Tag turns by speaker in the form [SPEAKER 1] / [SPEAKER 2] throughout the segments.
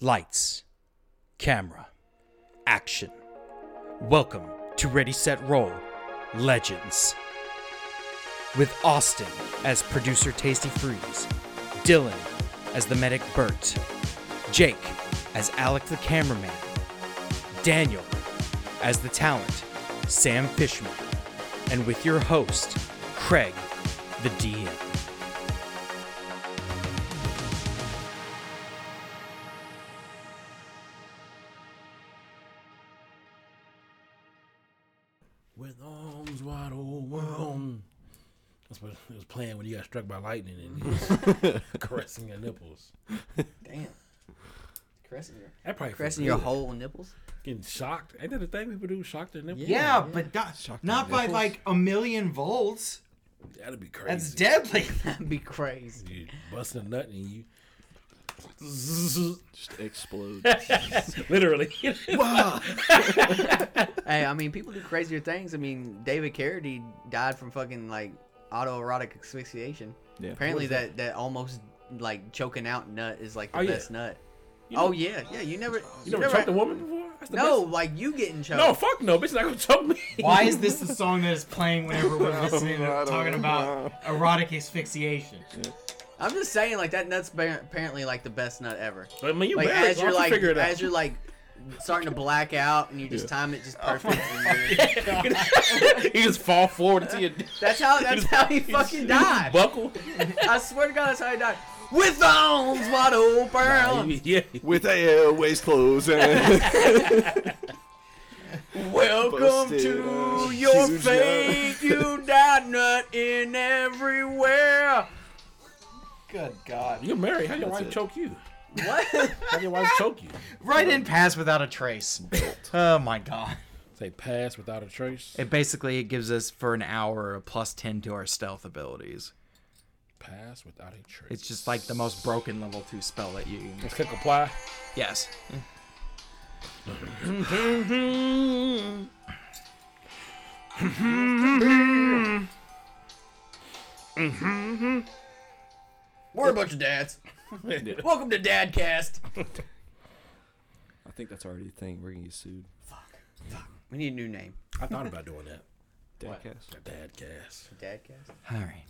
[SPEAKER 1] Lights, camera, action. Welcome to Ready Set Roll Legends. With Austin as producer Tasty Freeze, Dylan as the medic Bert, Jake as Alec the cameraman, Daniel as the talent Sam Fishman, and with your host Craig the DM.
[SPEAKER 2] With arms wide open. That's what it was playing when you got struck by lightning and caressing your nipples.
[SPEAKER 3] Damn. Caressing your
[SPEAKER 2] That probably
[SPEAKER 3] caressing
[SPEAKER 2] feels
[SPEAKER 3] your
[SPEAKER 2] good.
[SPEAKER 3] whole nipples.
[SPEAKER 2] Getting shocked. Ain't that a thing people do? Shock their nipples?
[SPEAKER 3] Yeah,
[SPEAKER 4] Yeah, but not, not by like a million volts.
[SPEAKER 2] That'd be crazy.
[SPEAKER 4] That's deadly.
[SPEAKER 3] That'd be crazy.
[SPEAKER 2] You busting a nut and you.
[SPEAKER 5] just explodes.
[SPEAKER 2] Literally.
[SPEAKER 3] Hey, I mean, people do crazier things. I mean, David Carradine died from fucking like autoerotic asphyxiation.
[SPEAKER 5] Yeah.
[SPEAKER 3] Apparently, that? that almost like choking out nut is like the
[SPEAKER 2] Oh, yeah.
[SPEAKER 3] best nut.
[SPEAKER 2] You
[SPEAKER 3] oh
[SPEAKER 2] know-
[SPEAKER 3] yeah, yeah. You never.
[SPEAKER 2] You never choked a woman before? That's the
[SPEAKER 3] No,
[SPEAKER 2] best-
[SPEAKER 3] like you getting choked.
[SPEAKER 2] No, fuck no. Bitch, not gonna choke me.
[SPEAKER 4] Why is this the song that is playing whenever we're listening
[SPEAKER 5] I
[SPEAKER 4] to
[SPEAKER 5] don't
[SPEAKER 4] talking about erotic asphyxiation?
[SPEAKER 3] I'm just saying, like that nut's ba- apparently like the best nut ever.
[SPEAKER 2] I mean, you
[SPEAKER 3] Like
[SPEAKER 2] married,
[SPEAKER 3] as
[SPEAKER 2] so I
[SPEAKER 3] you're
[SPEAKER 2] can
[SPEAKER 3] like
[SPEAKER 2] figure it out.
[SPEAKER 3] as you're like starting to black out and you just time it just
[SPEAKER 2] Oh
[SPEAKER 3] perfect. and you're-
[SPEAKER 2] you just fall forward into your.
[SPEAKER 3] that's how that's how he fucking died.
[SPEAKER 2] Buckle.
[SPEAKER 3] I swear to God, that's how he died. With the arms wide open.
[SPEAKER 2] yeah.
[SPEAKER 5] With a uh, waist closed. and-
[SPEAKER 3] Welcome
[SPEAKER 5] Busted.
[SPEAKER 3] to
[SPEAKER 5] Oh,
[SPEAKER 3] your
[SPEAKER 5] huge
[SPEAKER 3] fate. You died nut in everywhere.
[SPEAKER 4] Good God.
[SPEAKER 2] You're married. How your
[SPEAKER 5] That's
[SPEAKER 2] wife
[SPEAKER 5] it.
[SPEAKER 2] choke you?
[SPEAKER 3] What?
[SPEAKER 2] How your wife choke you?
[SPEAKER 4] Right in pass without a trace. Oh my God.
[SPEAKER 2] Say pass without a trace.
[SPEAKER 4] It basically it gives us for an hour a plus ten to our stealth abilities.
[SPEAKER 2] Pass without a trace.
[SPEAKER 4] It's just like the most broken level two spell that you.
[SPEAKER 2] Let's click apply.
[SPEAKER 4] Yes.
[SPEAKER 3] We're a bunch of dads. Welcome to Dadcast.
[SPEAKER 5] I think that's already a thing. We're gonna get sued.
[SPEAKER 3] We need a new name.
[SPEAKER 2] I thought about doing that.
[SPEAKER 5] Dadcast.
[SPEAKER 2] Dad gas.
[SPEAKER 3] Dadcast.
[SPEAKER 4] All right.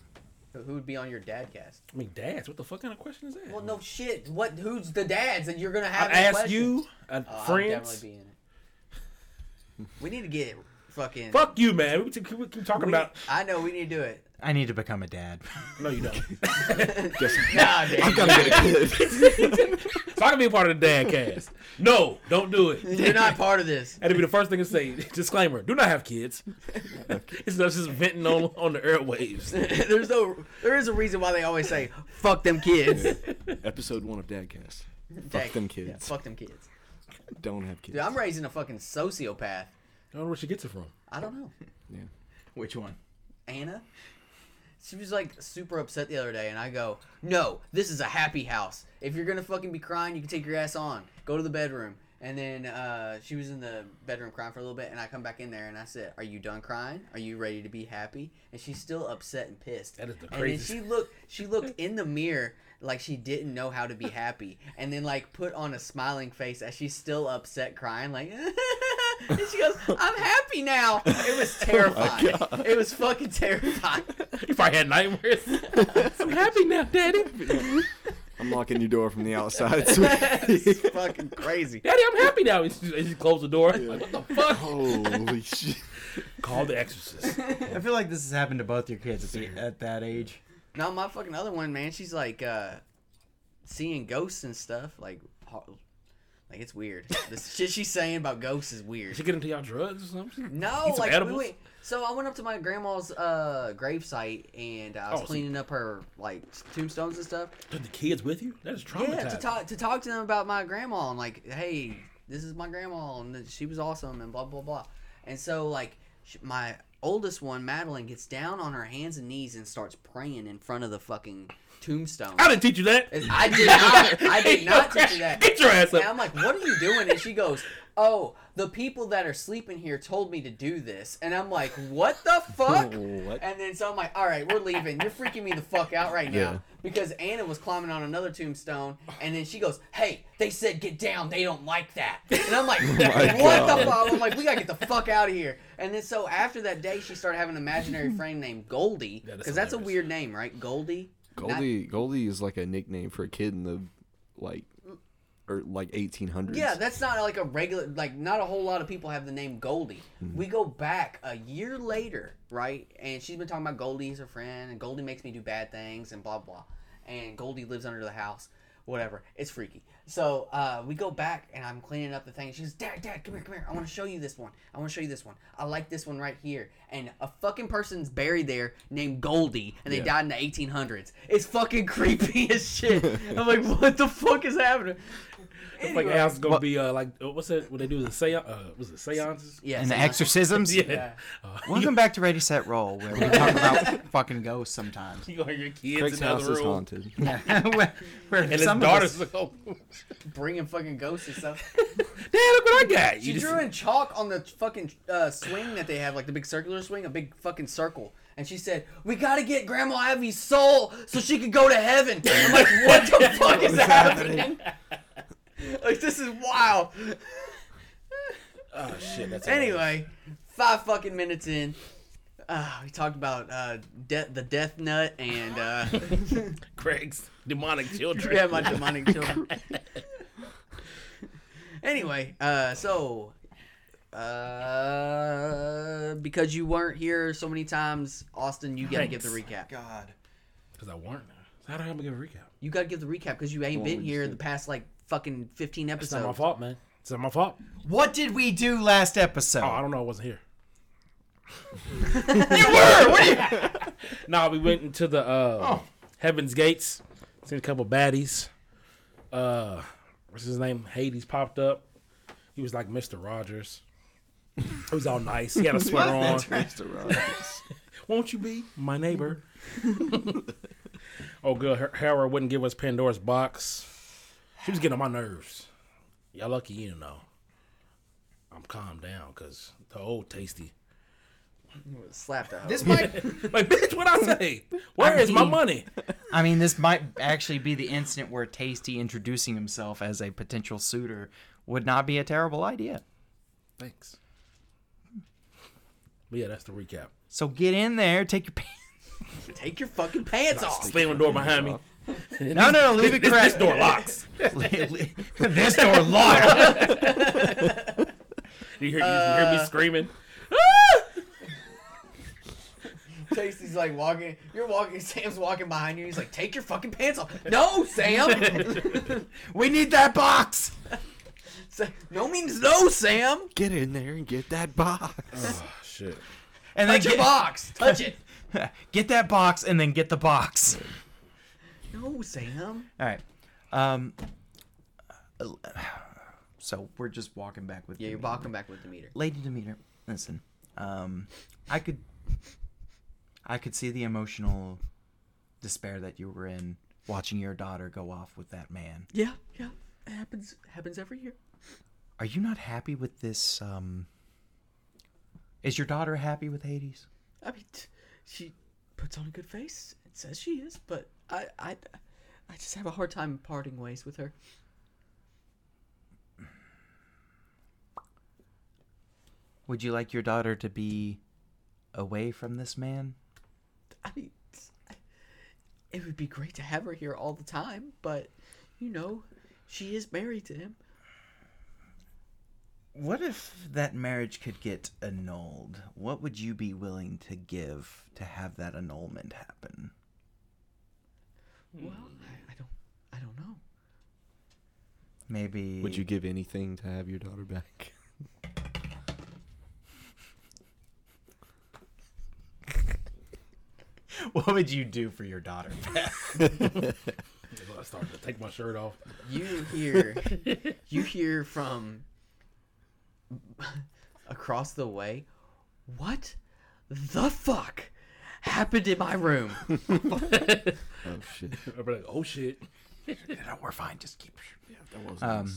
[SPEAKER 3] Who who would be on your dadcast?
[SPEAKER 2] I mean, dads. What the fuck kind of question is that?
[SPEAKER 3] Well, no shit. What? Who's the dads? And you're gonna
[SPEAKER 2] I
[SPEAKER 3] have.
[SPEAKER 2] asked you, uh,
[SPEAKER 3] Friends. I'll
[SPEAKER 2] friends.
[SPEAKER 3] definitely be in it. We need to get fucking.
[SPEAKER 2] Fuck you, man. We keep, we keep talking about.
[SPEAKER 3] I know we need to do it.
[SPEAKER 4] I need to become a dad.
[SPEAKER 2] No, you don't.
[SPEAKER 3] Nah, dude.
[SPEAKER 5] I've gotta get a kid.
[SPEAKER 2] so I can be a part of the dad cast. No, don't do it.
[SPEAKER 3] You're not part of this.
[SPEAKER 2] That'd be the first thing to say. Disclaimer: Do not have kids. it's not just venting on on the airwaves.
[SPEAKER 3] There's no. There is a reason why they always say "fuck them kids."
[SPEAKER 5] Episode one of Dadcast.
[SPEAKER 3] Dad-
[SPEAKER 5] Fuck them
[SPEAKER 3] yeah,
[SPEAKER 5] kids.
[SPEAKER 3] fuck them kids.
[SPEAKER 5] Don't have kids.
[SPEAKER 3] Dude, I'm raising a fucking sociopath.
[SPEAKER 2] I don't know where she gets it from.
[SPEAKER 3] I don't know.
[SPEAKER 5] Yeah.
[SPEAKER 4] Which one?
[SPEAKER 3] Anna. She was like super upset the other day, and I go, "No, this is a happy house. If you're gonna fucking be crying, you can take your ass on. Go to the bedroom." And then uh, she was in the bedroom crying for a little bit, and I come back in there and I said, "Are you done crying? Are you ready to be happy?" And she's still upset and pissed.
[SPEAKER 2] That is the
[SPEAKER 3] And then
[SPEAKER 2] craziest-
[SPEAKER 3] she looked, she looked in the mirror like she didn't know how to be happy, and then like put on a smiling face as she's still upset, crying like. and she goes, "I'm happy now." It
[SPEAKER 2] Oh
[SPEAKER 3] was terrifying. it was fucking terrifying.
[SPEAKER 2] You probably had nightmares. I'm happy now, Daddy.
[SPEAKER 5] I'm locking your door from the outside.
[SPEAKER 3] It's fucking crazy.
[SPEAKER 2] Daddy, I'm happy now. And she, and she closed the door. Like, what the fuck?
[SPEAKER 5] Holy shit.
[SPEAKER 2] Call the exorcist.
[SPEAKER 4] I feel like this has happened to both your kids at, the, at that age.
[SPEAKER 3] No, my fucking other one, man. She's like uh, seeing ghosts and stuff. Like, ho- like it's weird. The shit she's saying about ghosts is weird.
[SPEAKER 2] She get into y'all drugs or something?
[SPEAKER 3] No,
[SPEAKER 2] Eat some
[SPEAKER 3] like
[SPEAKER 2] edibles?
[SPEAKER 3] wait, wait. So I went up to my grandma's uh gravesite and I was
[SPEAKER 2] Oh, so-
[SPEAKER 3] cleaning up her like tombstones and stuff.
[SPEAKER 2] Took the kids with you? That is traumatizing.
[SPEAKER 3] Yeah, to talk to talk to them about my grandma and like, hey, this is my grandma and that she was awesome and blah blah blah. And so like, sh my oldest one, Madeline, gets down on her hands and knees and starts praying in front of the fucking Tombstone.
[SPEAKER 2] I didn't teach you that.
[SPEAKER 3] And I did not. I did
[SPEAKER 2] Ain't
[SPEAKER 3] not
[SPEAKER 2] no
[SPEAKER 3] teach you that.
[SPEAKER 2] Get your ass
[SPEAKER 3] And
[SPEAKER 2] up.
[SPEAKER 3] I'm like, what are you doing? And she goes, oh, the people that are sleeping here told me to do this. And I'm like, what the fuck?
[SPEAKER 5] What?
[SPEAKER 3] And then so I'm like, all right, we're leaving. You're freaking me the fuck out right now.
[SPEAKER 5] Yeah.
[SPEAKER 3] Because Anna was climbing on another tombstone. And then she goes, hey, they said get down. They don't like that. And I'm
[SPEAKER 2] Oh
[SPEAKER 3] like, what the
[SPEAKER 5] God.
[SPEAKER 3] fuck? I'm like, we got to get the fuck out of here. And then so after that day, she started having an imaginary friend named Goldie.
[SPEAKER 2] That is
[SPEAKER 3] Because that's a
[SPEAKER 2] hilarious.
[SPEAKER 3] weird name, right? Goldie? Not-
[SPEAKER 5] Goldie Goldie is like a nickname for a kid in the like or like 1800s.
[SPEAKER 3] Yeah, that's not like a regular like not a whole lot of people have the name Goldie.
[SPEAKER 4] Mm-hmm.
[SPEAKER 3] We go back a year later, right? And she's been talking about Goldie's her friend and Goldie makes me do bad things and blah blah. And Goldie lives under the house. Whatever. It's freaky. So uh, we go back and I'm cleaning up the thing. She goes, Dad, Dad, come here, come here. I want to show you this one. I want to show you this one. I like this one right here. And a fucking person's buried there named Goldie and they died
[SPEAKER 5] Yeah.
[SPEAKER 3] in the 1800s. It's fucking creepy as shit. I'm like, what the fuck is happening?
[SPEAKER 2] It's like house is gonna be uh, like uh, what's that? What they do is a seance. Uh, was it seances?
[SPEAKER 3] Yeah,
[SPEAKER 4] And the
[SPEAKER 3] so-
[SPEAKER 4] exorcisms?
[SPEAKER 2] Yeah. Uh,
[SPEAKER 4] Welcome back to Ready Set Roll, where we talk about fucking ghosts sometimes.
[SPEAKER 2] you are your kids
[SPEAKER 5] Craig's
[SPEAKER 2] in the
[SPEAKER 5] house
[SPEAKER 2] other
[SPEAKER 5] is
[SPEAKER 2] room,
[SPEAKER 5] haunted.
[SPEAKER 4] where, where
[SPEAKER 2] and his
[SPEAKER 4] some
[SPEAKER 2] daughters.
[SPEAKER 4] of us,
[SPEAKER 2] look over. Dad,
[SPEAKER 3] bringing fucking ghosts and stuff.
[SPEAKER 2] look what I got.
[SPEAKER 3] She
[SPEAKER 2] You
[SPEAKER 3] drew in chalk on the fucking uh, swing that they have, like the big circular swing, a big fucking circle. And she said, "We gotta get Grandma Abby's soul so she could go to heaven." I'm like, "What the fuck is happening?" like this is wild.
[SPEAKER 2] oh shit. That's
[SPEAKER 3] Anyway, five fucking minutes in. Uh, we talked about uh, de- the death nut and uh,
[SPEAKER 2] Craig's demonic children.
[SPEAKER 3] yeah, my demonic children. anyway, uh, so uh, because you weren't here so many times, Austin, you gotta give the recap.
[SPEAKER 4] God.
[SPEAKER 2] Because I weren't. So how the hell am I gonna recap?
[SPEAKER 3] You gotta give the recap because you ain't
[SPEAKER 5] Well,
[SPEAKER 3] been
[SPEAKER 5] we
[SPEAKER 3] here
[SPEAKER 5] just
[SPEAKER 3] the past like fucking fifteen
[SPEAKER 2] It's not my
[SPEAKER 3] episodes.
[SPEAKER 2] fault, man. It's not my fault.
[SPEAKER 4] What did we do last episode?
[SPEAKER 2] Oh, I don't know. I wasn't here.
[SPEAKER 4] you were! What are you? Oh.
[SPEAKER 2] No, we went into the uh, Heaven's Gates. Seen a couple baddies. Uh, what's his name? Hades popped up. He was like Mr. Rogers. It was all nice. He had a sweater on.
[SPEAKER 5] Mr. Rogers.
[SPEAKER 2] Won't you be my neighbor? oh, good. Her- Hera wouldn't give us Pandora's box. She was getting on my nerves. Y'all lucky you know. I'm calmed down because the old tasty.
[SPEAKER 3] Slapped her.
[SPEAKER 4] This might.
[SPEAKER 2] Like, bitch, what I say? Where is my
[SPEAKER 4] mean-
[SPEAKER 2] money?
[SPEAKER 4] I mean, this might actually be the instant where Tasty introducing himself as a potential suitor would not be a terrible idea.
[SPEAKER 2] Thanks. But yeah, that's the recap.
[SPEAKER 4] So get in there, take your pants.
[SPEAKER 3] Take your fucking pants off.
[SPEAKER 2] Slam the door behind me.
[SPEAKER 4] No, no, no, leave it
[SPEAKER 2] This, this
[SPEAKER 4] cracked.
[SPEAKER 2] door locks.
[SPEAKER 4] this door locked.
[SPEAKER 2] You hear, you hear me screaming.
[SPEAKER 3] Tasty's like walking. You're walking. Sam's walking behind you. He's like, "Take your fucking pants off." No, Sam.
[SPEAKER 4] We need that box.
[SPEAKER 3] Sa- no means no, Sam.
[SPEAKER 5] Get in there and get that box.
[SPEAKER 2] Oh, shit.
[SPEAKER 4] And
[SPEAKER 3] Touch
[SPEAKER 4] then
[SPEAKER 3] your box. Touch it.
[SPEAKER 4] get, get that box, and then get the box.
[SPEAKER 3] No, Sam.
[SPEAKER 4] All right. Um. uh, So we're just walking back with
[SPEAKER 3] Yeah, you're
[SPEAKER 4] Demeter.
[SPEAKER 3] walking back with the meter.
[SPEAKER 4] Lady Demeter. Listen, um, I could, I could see the emotional despair that you were in watching your daughter go off with that man.
[SPEAKER 3] Yeah, yeah. It happens happens every year.
[SPEAKER 4] Are you not happy with this? Um, is your daughter happy with Hades?
[SPEAKER 3] I mean, t- she puts on a good face and says she is, but I, I, I just have a hard time parting ways with her.
[SPEAKER 4] Would you like your daughter to be away from this man?
[SPEAKER 3] I mean, it's- it would be great to have her here all the time, but you know, she is married to him.
[SPEAKER 4] What if that marriage could get annulled? What would you be willing to give to have that annulment happen?
[SPEAKER 3] Well, I, I don't, I don't know.
[SPEAKER 4] Maybe
[SPEAKER 5] Would you give anything to have your daughter back?
[SPEAKER 4] What would you do for your daughter?
[SPEAKER 2] I started to take my shirt off.
[SPEAKER 3] You hear, you hear from across the way. What the fuck? happened in my room?
[SPEAKER 5] Oh shit.
[SPEAKER 2] I'd be like, oh shit.
[SPEAKER 4] No, we're fine. Just keep.
[SPEAKER 5] That was
[SPEAKER 4] Um,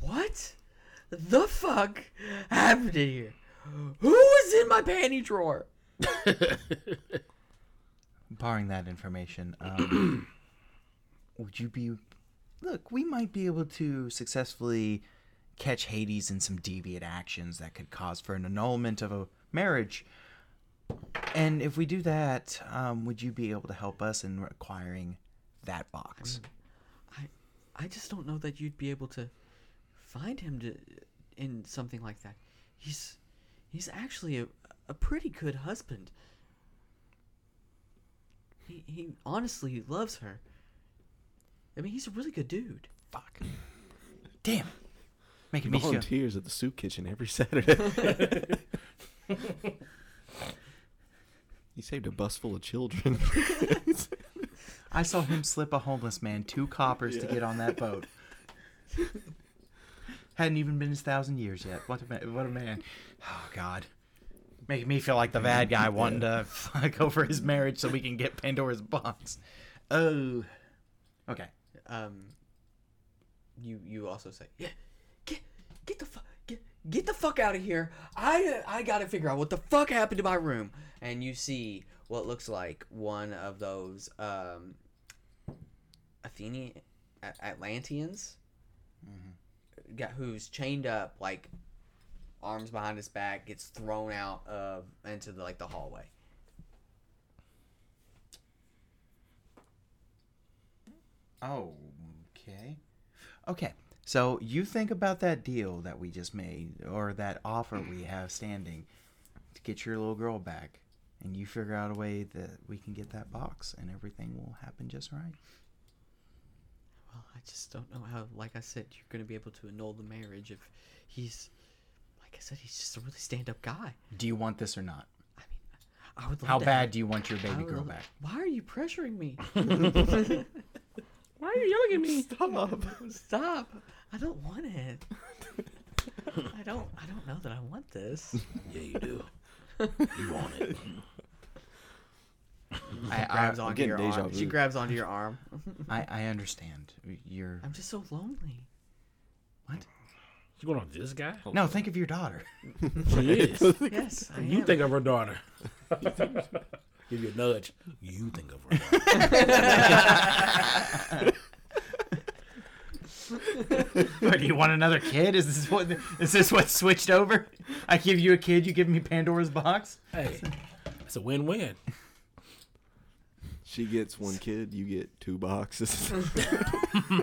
[SPEAKER 3] What the fuck happened in here? Who was in my panty drawer?
[SPEAKER 4] barring that information, um, would you be? Look, we might be able to successfully catch Hades in some deviant actions that could cause for an annulment of a marriage. And if we do that, um, would you be able to help us in acquiring that box?
[SPEAKER 3] I, I just don't know that you'd be able to find him to, in something like that. He's, he's actually a, a pretty good husband. He, he honestly loves her. I mean, he's a really good dude.
[SPEAKER 4] Fuck. Damn. Making me feel.
[SPEAKER 5] volunteers at the soup kitchen every Saturday. he saved a bus full of children.
[SPEAKER 4] I saw him slip a homeless man two coppers to get on that boat. Hadn't even been his thousand years yet. What a man! What a man! Oh God, making me feel like the bad guy wanting to fuck over his marriage so we can get Pandora's box. Oh, okay.
[SPEAKER 3] um, you you also say, yeah, get get the fuck get get the fuck out of here. I I gotta figure out what the fuck happened to my room. And you see what looks like one of those um, Athenian Atlanteans, got who's chained up like arms behind his back, gets thrown out of into the like the hallway.
[SPEAKER 4] Oh, okay. Okay. So you think about that deal that we just made or that offer we have standing to get your little girl back and you figure out a way that we can get that box and everything will happen just right.
[SPEAKER 3] Well, I just don't know how, like I said, you're going to be able to annul the marriage if he's, like I said, he's just a really stand up guy.
[SPEAKER 4] Do you want this or not?
[SPEAKER 3] I mean, I would love
[SPEAKER 4] How
[SPEAKER 3] to
[SPEAKER 4] bad do you want your
[SPEAKER 3] I
[SPEAKER 4] baby
[SPEAKER 3] would
[SPEAKER 4] girl
[SPEAKER 3] love-
[SPEAKER 4] back?
[SPEAKER 3] Why are you pressuring me?
[SPEAKER 2] Why are you yelling at me?
[SPEAKER 3] Stop. Stop. I don't want it. I don't I don't know that I want this.
[SPEAKER 2] Yeah, you do. You want it.
[SPEAKER 4] I,
[SPEAKER 3] Grabs
[SPEAKER 4] I,
[SPEAKER 3] onto your
[SPEAKER 5] getting deja
[SPEAKER 3] arm. She
[SPEAKER 5] vu.
[SPEAKER 3] grabs onto your arm.
[SPEAKER 4] I, I understand. You're
[SPEAKER 3] I'm just so lonely.
[SPEAKER 2] You going on this guy?
[SPEAKER 3] Oh,
[SPEAKER 4] No, think of your daughter.
[SPEAKER 2] She is.
[SPEAKER 3] Yes, I
[SPEAKER 2] You
[SPEAKER 3] am.
[SPEAKER 2] think of her daughter. Give you a nudge. You think of her daughter.
[SPEAKER 4] What, do you want another kid? Is this what is this what switched over? I give you a kid, you give me Pandora's box?
[SPEAKER 2] Hey, it's a win-win.
[SPEAKER 5] she gets one kid, you get two boxes.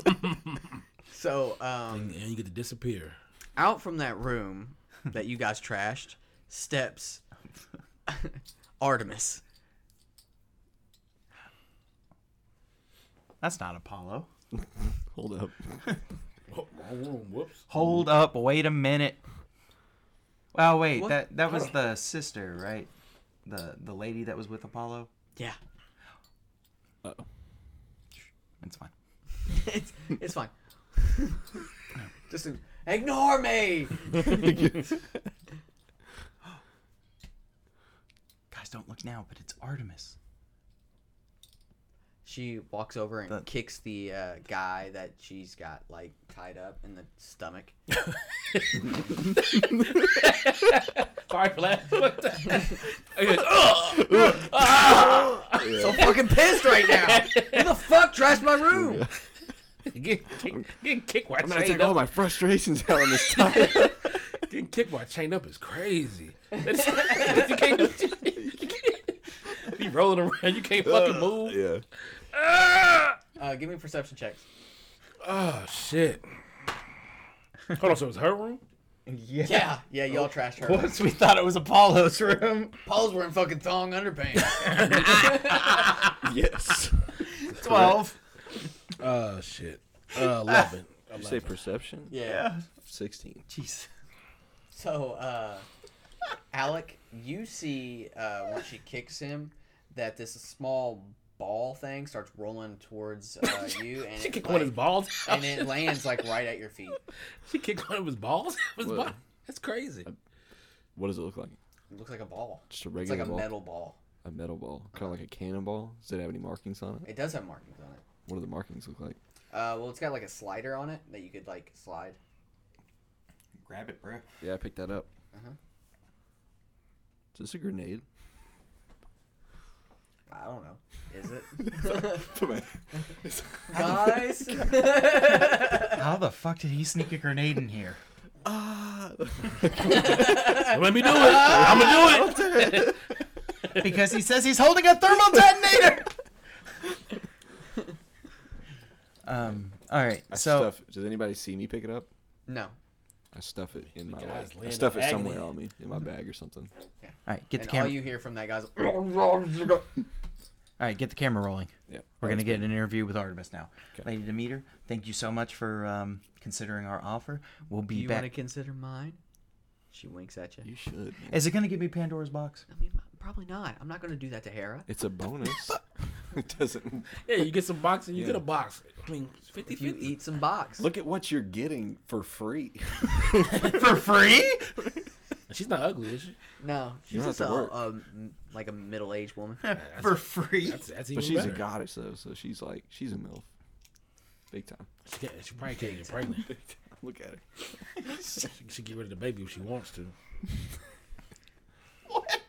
[SPEAKER 3] so um
[SPEAKER 2] And you get to disappear.
[SPEAKER 3] out from that room that you guys trashed steps Artemis.
[SPEAKER 4] That's not Apollo.
[SPEAKER 5] Hold up.
[SPEAKER 2] Oh, wrong room. Whoops.
[SPEAKER 4] Hold up, wait a minute. Oh wait,
[SPEAKER 3] Mm. What?
[SPEAKER 4] that that was the sister, right? The the lady that was with Apollo.
[SPEAKER 3] Yeah.
[SPEAKER 4] It's fine.
[SPEAKER 3] it's it's fine. Just ignore me.
[SPEAKER 4] Guys, don't look now, but it's Artemis.
[SPEAKER 3] She walks over and
[SPEAKER 4] That-
[SPEAKER 3] kicks the uh, guy that she's got like tied up in the stomach.
[SPEAKER 2] Sorry for that. What the-
[SPEAKER 3] So fucking pissed right now. Who the fuck trashed my room?
[SPEAKER 2] Get- get- Getting kicked while
[SPEAKER 5] I'm gonna
[SPEAKER 2] chained
[SPEAKER 5] take all
[SPEAKER 2] up.
[SPEAKER 5] my frustrations out on this time.
[SPEAKER 2] Getting kicked while chained up is crazy. you can't do Be rolling around. You can't fucking move. Ah!
[SPEAKER 5] yeah.
[SPEAKER 3] Uh, give me perception checks.
[SPEAKER 2] Oh shit. Hold on, so it was her room?
[SPEAKER 4] Yeah.
[SPEAKER 3] Yeah, yeah, y'all trashed her.
[SPEAKER 4] Once we thought it was Apollo's room.
[SPEAKER 3] Paul's wearing fucking thong underpants.
[SPEAKER 5] Yes.
[SPEAKER 4] Twelve.
[SPEAKER 2] Oh shit. Uh, eleven.
[SPEAKER 5] You say perception?
[SPEAKER 3] yeah.
[SPEAKER 5] Sixteen.
[SPEAKER 4] Jeez.
[SPEAKER 3] So, uh, Alec, you see uh, when she kicks him that this small ball thing starts rolling towards uh, you, and
[SPEAKER 2] She
[SPEAKER 3] it,
[SPEAKER 2] kicked one of his
[SPEAKER 3] like-
[SPEAKER 2] balls. out.
[SPEAKER 3] and it lands like right at your feet.
[SPEAKER 2] She kicked one of his balls. out of His
[SPEAKER 5] What?
[SPEAKER 2] butt. That's crazy.
[SPEAKER 5] What does it look like?
[SPEAKER 3] It looks like a ball.
[SPEAKER 5] Just a
[SPEAKER 3] It's
[SPEAKER 5] regular
[SPEAKER 3] like a
[SPEAKER 5] ball?
[SPEAKER 3] metal ball.
[SPEAKER 5] a metal ball, kind of like a cannonball. Does it have any markings on it?
[SPEAKER 3] It does have markings on it.
[SPEAKER 5] What do the markings look like?
[SPEAKER 3] Uh, well, it's got like a slider on it that you could like slide.
[SPEAKER 4] Grab it, bro.
[SPEAKER 5] Yeah, I picked that up.
[SPEAKER 3] Uh-huh.
[SPEAKER 5] Is this a grenade?
[SPEAKER 3] I don't know. Is it?
[SPEAKER 5] It's-
[SPEAKER 3] Guys,
[SPEAKER 4] How the fuck did he sneak a grenade in here?
[SPEAKER 5] ah!
[SPEAKER 2] Don't Let me do it. I'm gonna do it.
[SPEAKER 4] Because he says he's holding a thermal detonator. um. All right.
[SPEAKER 5] I
[SPEAKER 4] so
[SPEAKER 5] stuff. Does anybody see me pick it up?
[SPEAKER 3] no.
[SPEAKER 5] I stuff it in my
[SPEAKER 2] Guys,
[SPEAKER 5] like, I
[SPEAKER 2] Lynn,
[SPEAKER 5] stuff it
[SPEAKER 2] agony.
[SPEAKER 5] somewhere on me in my bag or something.
[SPEAKER 4] all right, get
[SPEAKER 3] and
[SPEAKER 4] the camera.
[SPEAKER 3] all you hear from that guy's
[SPEAKER 4] All right, get the camera rolling.
[SPEAKER 5] Yeah,
[SPEAKER 4] We're gonna get an interview with Artemis now.
[SPEAKER 5] Okay.
[SPEAKER 4] Lady Demeter, thank you so much for um, considering our offer. We'll be
[SPEAKER 3] Do you
[SPEAKER 4] back.
[SPEAKER 3] want to consider mine? She winks at you.
[SPEAKER 5] You should. man.
[SPEAKER 4] Is it gonna give me Pandora's box?
[SPEAKER 3] I mean, probably not. I'm not going to do that to Hera.
[SPEAKER 5] It's a bonus. it doesn't.
[SPEAKER 2] Yeah, you get some boxing. You
[SPEAKER 5] Yeah.
[SPEAKER 2] get a box. I mean, 50
[SPEAKER 3] If you
[SPEAKER 2] 50.
[SPEAKER 3] eat some box,
[SPEAKER 5] Look at what you're getting for free.
[SPEAKER 4] For free?
[SPEAKER 2] She's not ugly, is she?
[SPEAKER 3] no, she's
[SPEAKER 5] don't have
[SPEAKER 3] just
[SPEAKER 5] to
[SPEAKER 3] a,
[SPEAKER 5] work.
[SPEAKER 3] um, like a middle-aged woman.
[SPEAKER 4] For free?
[SPEAKER 2] That's, that's even
[SPEAKER 5] but she's
[SPEAKER 2] better.
[SPEAKER 5] a goddess though, so she's like she's a milf, big time.
[SPEAKER 2] Yeah, she probably can't get pregnant.
[SPEAKER 5] Look at her.
[SPEAKER 2] She should get rid of the baby if she wants to.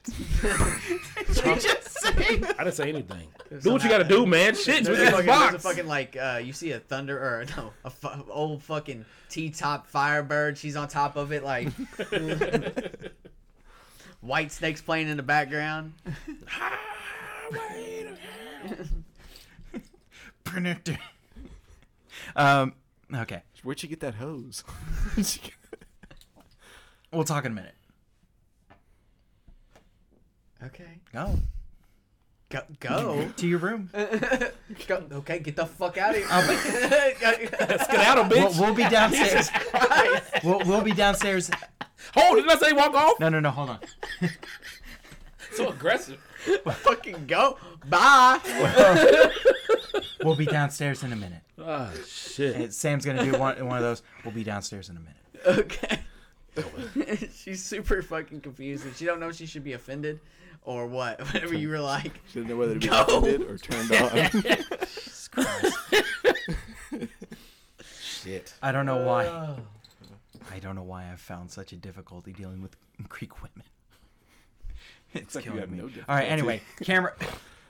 [SPEAKER 4] Just saying.
[SPEAKER 2] I didn't say anything. do what you gotta do, man. Shit, we
[SPEAKER 3] There's
[SPEAKER 2] get
[SPEAKER 3] a,
[SPEAKER 2] the
[SPEAKER 3] fucking, there's a
[SPEAKER 2] box.
[SPEAKER 3] fucking like uh, you see a thunder or no a fu- old fucking T-top Firebird. She's on top of it like white snakes playing in the background.
[SPEAKER 4] Printer. um. Okay.
[SPEAKER 5] Where'd you get that hose?
[SPEAKER 4] We'll talk in a minute.
[SPEAKER 3] Okay,
[SPEAKER 4] Go.
[SPEAKER 3] go go.
[SPEAKER 4] To your room.
[SPEAKER 3] Go- okay, get the fuck out of here.
[SPEAKER 2] Get out of
[SPEAKER 4] We'll,
[SPEAKER 2] bitch.
[SPEAKER 4] we'll be downstairs. we'll, we'll be downstairs.
[SPEAKER 2] Hold, didn't I say walk off?
[SPEAKER 4] No, no, no. Hold on.
[SPEAKER 2] So aggressive.
[SPEAKER 3] fucking go. Bye.
[SPEAKER 4] We'll be downstairs in a minute.
[SPEAKER 2] Ah, shit.
[SPEAKER 4] And Sam's gonna do one, one of those. We'll be downstairs in a minute.
[SPEAKER 3] Okay. She's super fucking confused and she don't know if she should be offended or what. Whatever you were like.
[SPEAKER 5] Didn't know whether to be
[SPEAKER 3] Go.
[SPEAKER 5] offended or turned on.
[SPEAKER 2] Shit.
[SPEAKER 4] I don't know why. I don't know why I've found such a difficulty dealing with Greek women. It's
[SPEAKER 5] like you
[SPEAKER 4] killing
[SPEAKER 5] have
[SPEAKER 4] me.
[SPEAKER 5] no
[SPEAKER 4] All right.
[SPEAKER 5] difficulty.
[SPEAKER 4] Anyway, camera,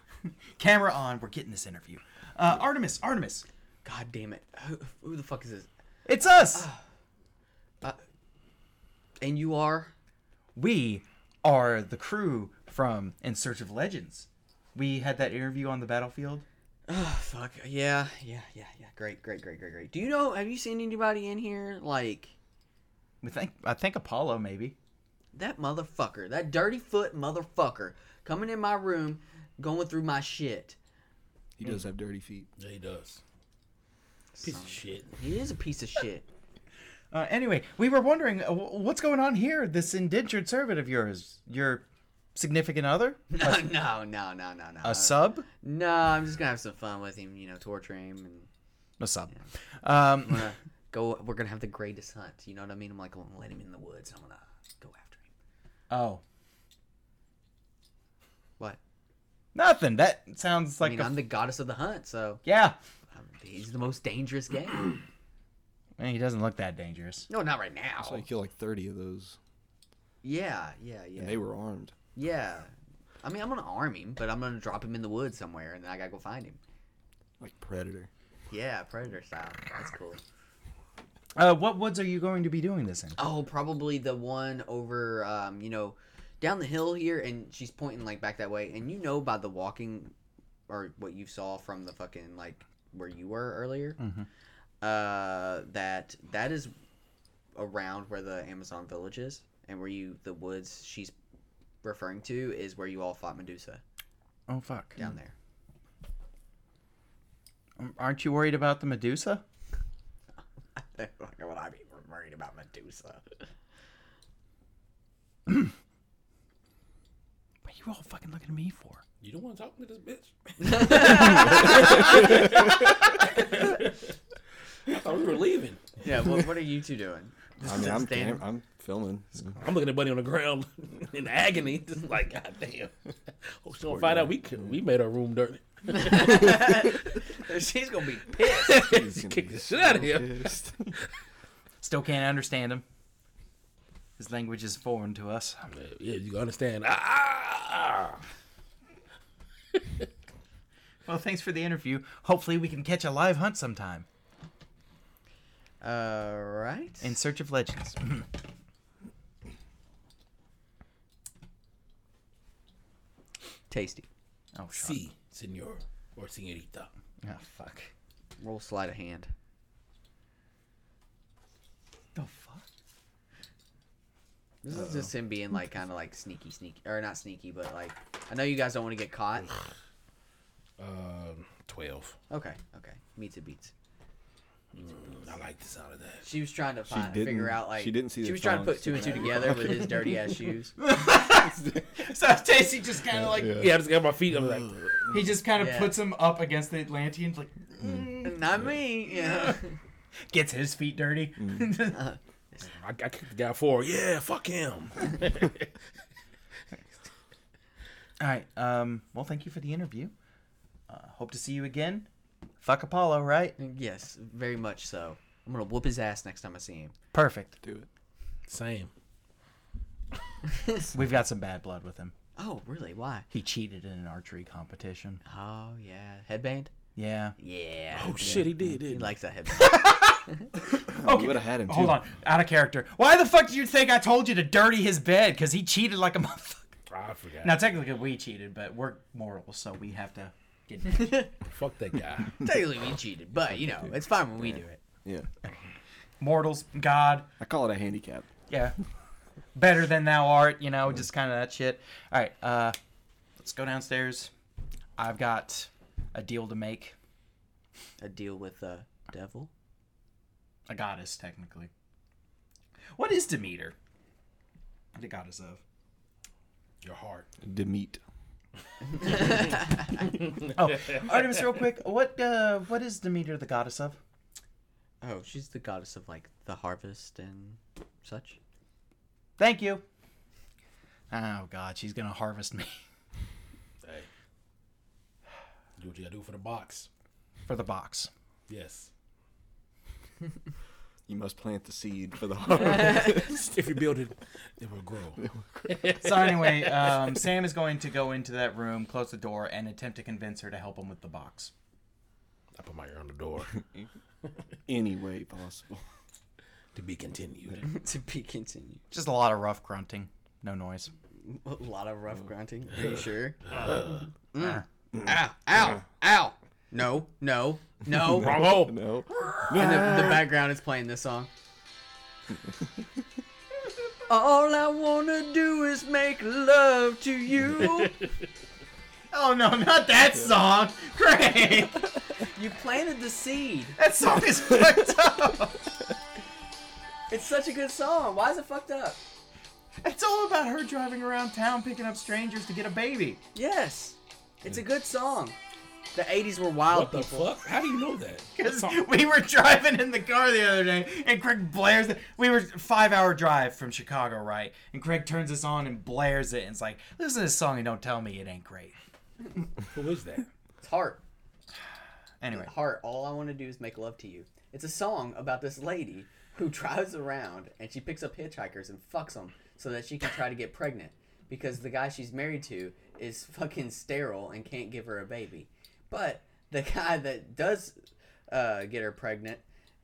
[SPEAKER 4] camera on. We're getting this interview. Uh, Artemis, Artemis,
[SPEAKER 3] God damn it. Who, who the fuck is this? Uh,
[SPEAKER 4] it's us.
[SPEAKER 3] And you are?
[SPEAKER 4] We are the crew from In Search of Legends. We had that interview on the battlefield.
[SPEAKER 3] Oh, fuck. Yeah, yeah, yeah, yeah. Great, great, great, great, great. Do you know, have you seen anybody in here? Like,
[SPEAKER 4] We think I think Apollo maybe.
[SPEAKER 3] that motherfucker, that dirty foot motherfucker coming in my room, going through my shit.
[SPEAKER 5] he does have dirty feet.
[SPEAKER 2] Yeah, he does. Piece of shit.
[SPEAKER 3] He is a piece of shit.
[SPEAKER 4] Uh, anyway, we were wondering uh, wh- what's going on here. This indentured servant of yours, your significant other,
[SPEAKER 3] No, no, no, no, no, no.
[SPEAKER 4] a sub,
[SPEAKER 3] No, I'm just gonna have some fun with him, you know, torture him and
[SPEAKER 4] a sub. Um,
[SPEAKER 3] gonna go. We're gonna have the greatest hunt. You know what I mean? I'm like, I'm gonna let him in the woods. I'm gonna go after him.
[SPEAKER 4] oh,
[SPEAKER 3] What?
[SPEAKER 4] nothing. That sounds
[SPEAKER 3] I
[SPEAKER 4] like
[SPEAKER 3] mean,
[SPEAKER 4] a
[SPEAKER 3] i I'm the goddess of the hunt, so
[SPEAKER 4] yeah.
[SPEAKER 3] um, he's the most dangerous game.
[SPEAKER 4] Man, he doesn't look that dangerous.
[SPEAKER 3] no, not right now.
[SPEAKER 5] So I kill like thirty of those,
[SPEAKER 3] yeah, yeah, yeah,
[SPEAKER 5] and they were armed.
[SPEAKER 3] yeah. I mean, I'm gonna arm him, but I'm gonna drop him in the woods somewhere, and then I gotta go find him.
[SPEAKER 5] Like predator.
[SPEAKER 3] Yeah, predator style. That's cool.
[SPEAKER 4] Uh, what woods are you going to be doing this in?
[SPEAKER 3] Oh, probably the one over, um, you know, down the hill here, and she's pointing like back that way. And you know by the walking, or what you saw from the fucking like where you were earlier, uh, that that is around where the Amazon village is, and where you the woods she's referring to is where you all fought Medusa
[SPEAKER 4] Oh fuck!
[SPEAKER 3] down there.
[SPEAKER 4] Um, Aren't you worried about the Medusa?
[SPEAKER 3] That's what I mean, we're worried about Medusa.
[SPEAKER 4] What are you all fucking looking at me for?
[SPEAKER 2] You don't want to talk to this bitch? I thought we were leaving.
[SPEAKER 3] Yeah, what, what are you two doing?
[SPEAKER 5] I mean, I'm, cam- I'm filming.
[SPEAKER 2] I'm looking at Buddy on the ground in agony, just like God damn. Hope she don't find out we could, we made her room dirty.
[SPEAKER 3] She's gonna be pissed.
[SPEAKER 5] He's gonna
[SPEAKER 2] Kick
[SPEAKER 5] be
[SPEAKER 2] the shit out of here.
[SPEAKER 5] pissed.
[SPEAKER 4] Still can't understand him. His language is foreign to us.
[SPEAKER 2] Yeah, you understand. Ah, ah, ah.
[SPEAKER 4] Well, thanks for the interview. Hopefully, we can catch a live hunt sometime
[SPEAKER 3] All right.
[SPEAKER 4] in search of legends.
[SPEAKER 3] Tasty.
[SPEAKER 4] oh, shit.
[SPEAKER 2] Si, senor or senorita.
[SPEAKER 4] Oh, fuck.
[SPEAKER 3] Roll sleight of hand.
[SPEAKER 4] The fuck?
[SPEAKER 3] This is just him being like kind of like sneaky, sneaky, or not sneaky, but like I know you guys don't want to get caught.
[SPEAKER 2] Um, twelve.
[SPEAKER 3] Okay, okay. Meets it beats.
[SPEAKER 2] Mm, I like the sound of that.
[SPEAKER 3] She was trying to find,
[SPEAKER 5] didn't-
[SPEAKER 3] figure out like
[SPEAKER 5] she didn't see
[SPEAKER 3] She
[SPEAKER 5] the
[SPEAKER 3] was trying to put
[SPEAKER 5] thongs.
[SPEAKER 3] two and two together with his dirty ass shoes.
[SPEAKER 4] So Tasty just kind of like
[SPEAKER 2] Yeah, I just got my feet. I'm like,
[SPEAKER 4] he just kind of
[SPEAKER 3] Yeah.
[SPEAKER 4] puts him up against the Atlanteans, like
[SPEAKER 3] Not me. Yeah.
[SPEAKER 4] gets his feet dirty.
[SPEAKER 2] I, I kicked the guy forward. Yeah, fuck him.
[SPEAKER 4] All right. Um. Well, thank you for the interview. Uh, hope to see you again. Fuck Apollo, right?
[SPEAKER 3] yes, very much so. I'm gonna whoop his ass next time I see him.
[SPEAKER 4] Perfect.
[SPEAKER 5] Do it.
[SPEAKER 2] Same.
[SPEAKER 4] We've got some bad blood with him.
[SPEAKER 3] Oh, really? Why?
[SPEAKER 4] He cheated in an archery competition.
[SPEAKER 3] Oh yeah, headband.
[SPEAKER 4] Yeah.
[SPEAKER 3] Yeah.
[SPEAKER 2] Oh shit, he did.
[SPEAKER 3] He
[SPEAKER 2] Didn't he?
[SPEAKER 3] likes that headband.
[SPEAKER 5] You would have had him too.
[SPEAKER 4] Hold on. Out of character. Why the fuck did you think I told you to dirty his bed? Because he cheated like a motherfucker.
[SPEAKER 2] I forgot.
[SPEAKER 4] Now, technically, we cheated, but we're moral, so we have to get. All
[SPEAKER 2] fuck that guy.
[SPEAKER 3] Technically, we cheated, but you know it's fine when we do it.
[SPEAKER 5] Yeah.
[SPEAKER 4] Mortals, God.
[SPEAKER 5] I call it a handicap.
[SPEAKER 4] Yeah. Better than thou art, you know, just kind of that shit. All right, uh, let's go downstairs. I've got a deal to make.
[SPEAKER 3] A deal with the devil.
[SPEAKER 4] A goddess, technically. What is Demeter? The goddess of.
[SPEAKER 2] Your heart.
[SPEAKER 5] Demeet.
[SPEAKER 4] Oh, Artemis, real quick. What uh, what is Demeter the goddess of?
[SPEAKER 3] Oh, she's the goddess of like the harvest and such.
[SPEAKER 4] Thank you. Oh God, she's gonna harvest me
[SPEAKER 2] Hey, do what you gotta do for the box.
[SPEAKER 4] for the box.
[SPEAKER 2] Yes.
[SPEAKER 5] You must plant the seed for the harvest.
[SPEAKER 2] if you build it, it will grow.
[SPEAKER 4] So anyway, um, Sam is going to go into that room, close the door, and attempt to convince her to help him with the box.
[SPEAKER 2] I put my ear on the door.
[SPEAKER 5] Any way possible.
[SPEAKER 2] to be continued.
[SPEAKER 3] to be continued.
[SPEAKER 4] Just a lot of rough grunting, no noise.
[SPEAKER 3] A lot of rough grunting. Are you sure?
[SPEAKER 2] Ah.
[SPEAKER 3] Mm. Ow! Ow! Ow! No! No! No!
[SPEAKER 2] Wrong hole.
[SPEAKER 5] No.
[SPEAKER 3] And the, the background is playing this song. All I wanna do is make love to you.
[SPEAKER 4] Oh no, not that song! Great!
[SPEAKER 3] you planted the seed.
[SPEAKER 4] That song is fucked up!
[SPEAKER 3] It's such a good song. Why is it fucked up?
[SPEAKER 4] It's all about her driving around town picking up strangers to get a baby.
[SPEAKER 3] Yes, it's a good song. The '80s were wild
[SPEAKER 2] What the
[SPEAKER 3] people.
[SPEAKER 2] fuck? How do you know that?
[SPEAKER 4] Because we were driving in the car the other day, and Craig blares it. We were five hour drive from Chicago, right? And Craig turns this on and blares it, and it's like, listen to this song and don't tell me it ain't great.
[SPEAKER 2] Who is that?
[SPEAKER 3] It's heart.
[SPEAKER 4] Anyway,
[SPEAKER 3] Heart, all I want to do is make love to you. It's a song about this lady who drives around and she picks up hitchhikers and fucks them so that she can try to get pregnant because the guy she's married to is fucking sterile and can't give her a baby. But the guy that does uh, get her pregnant,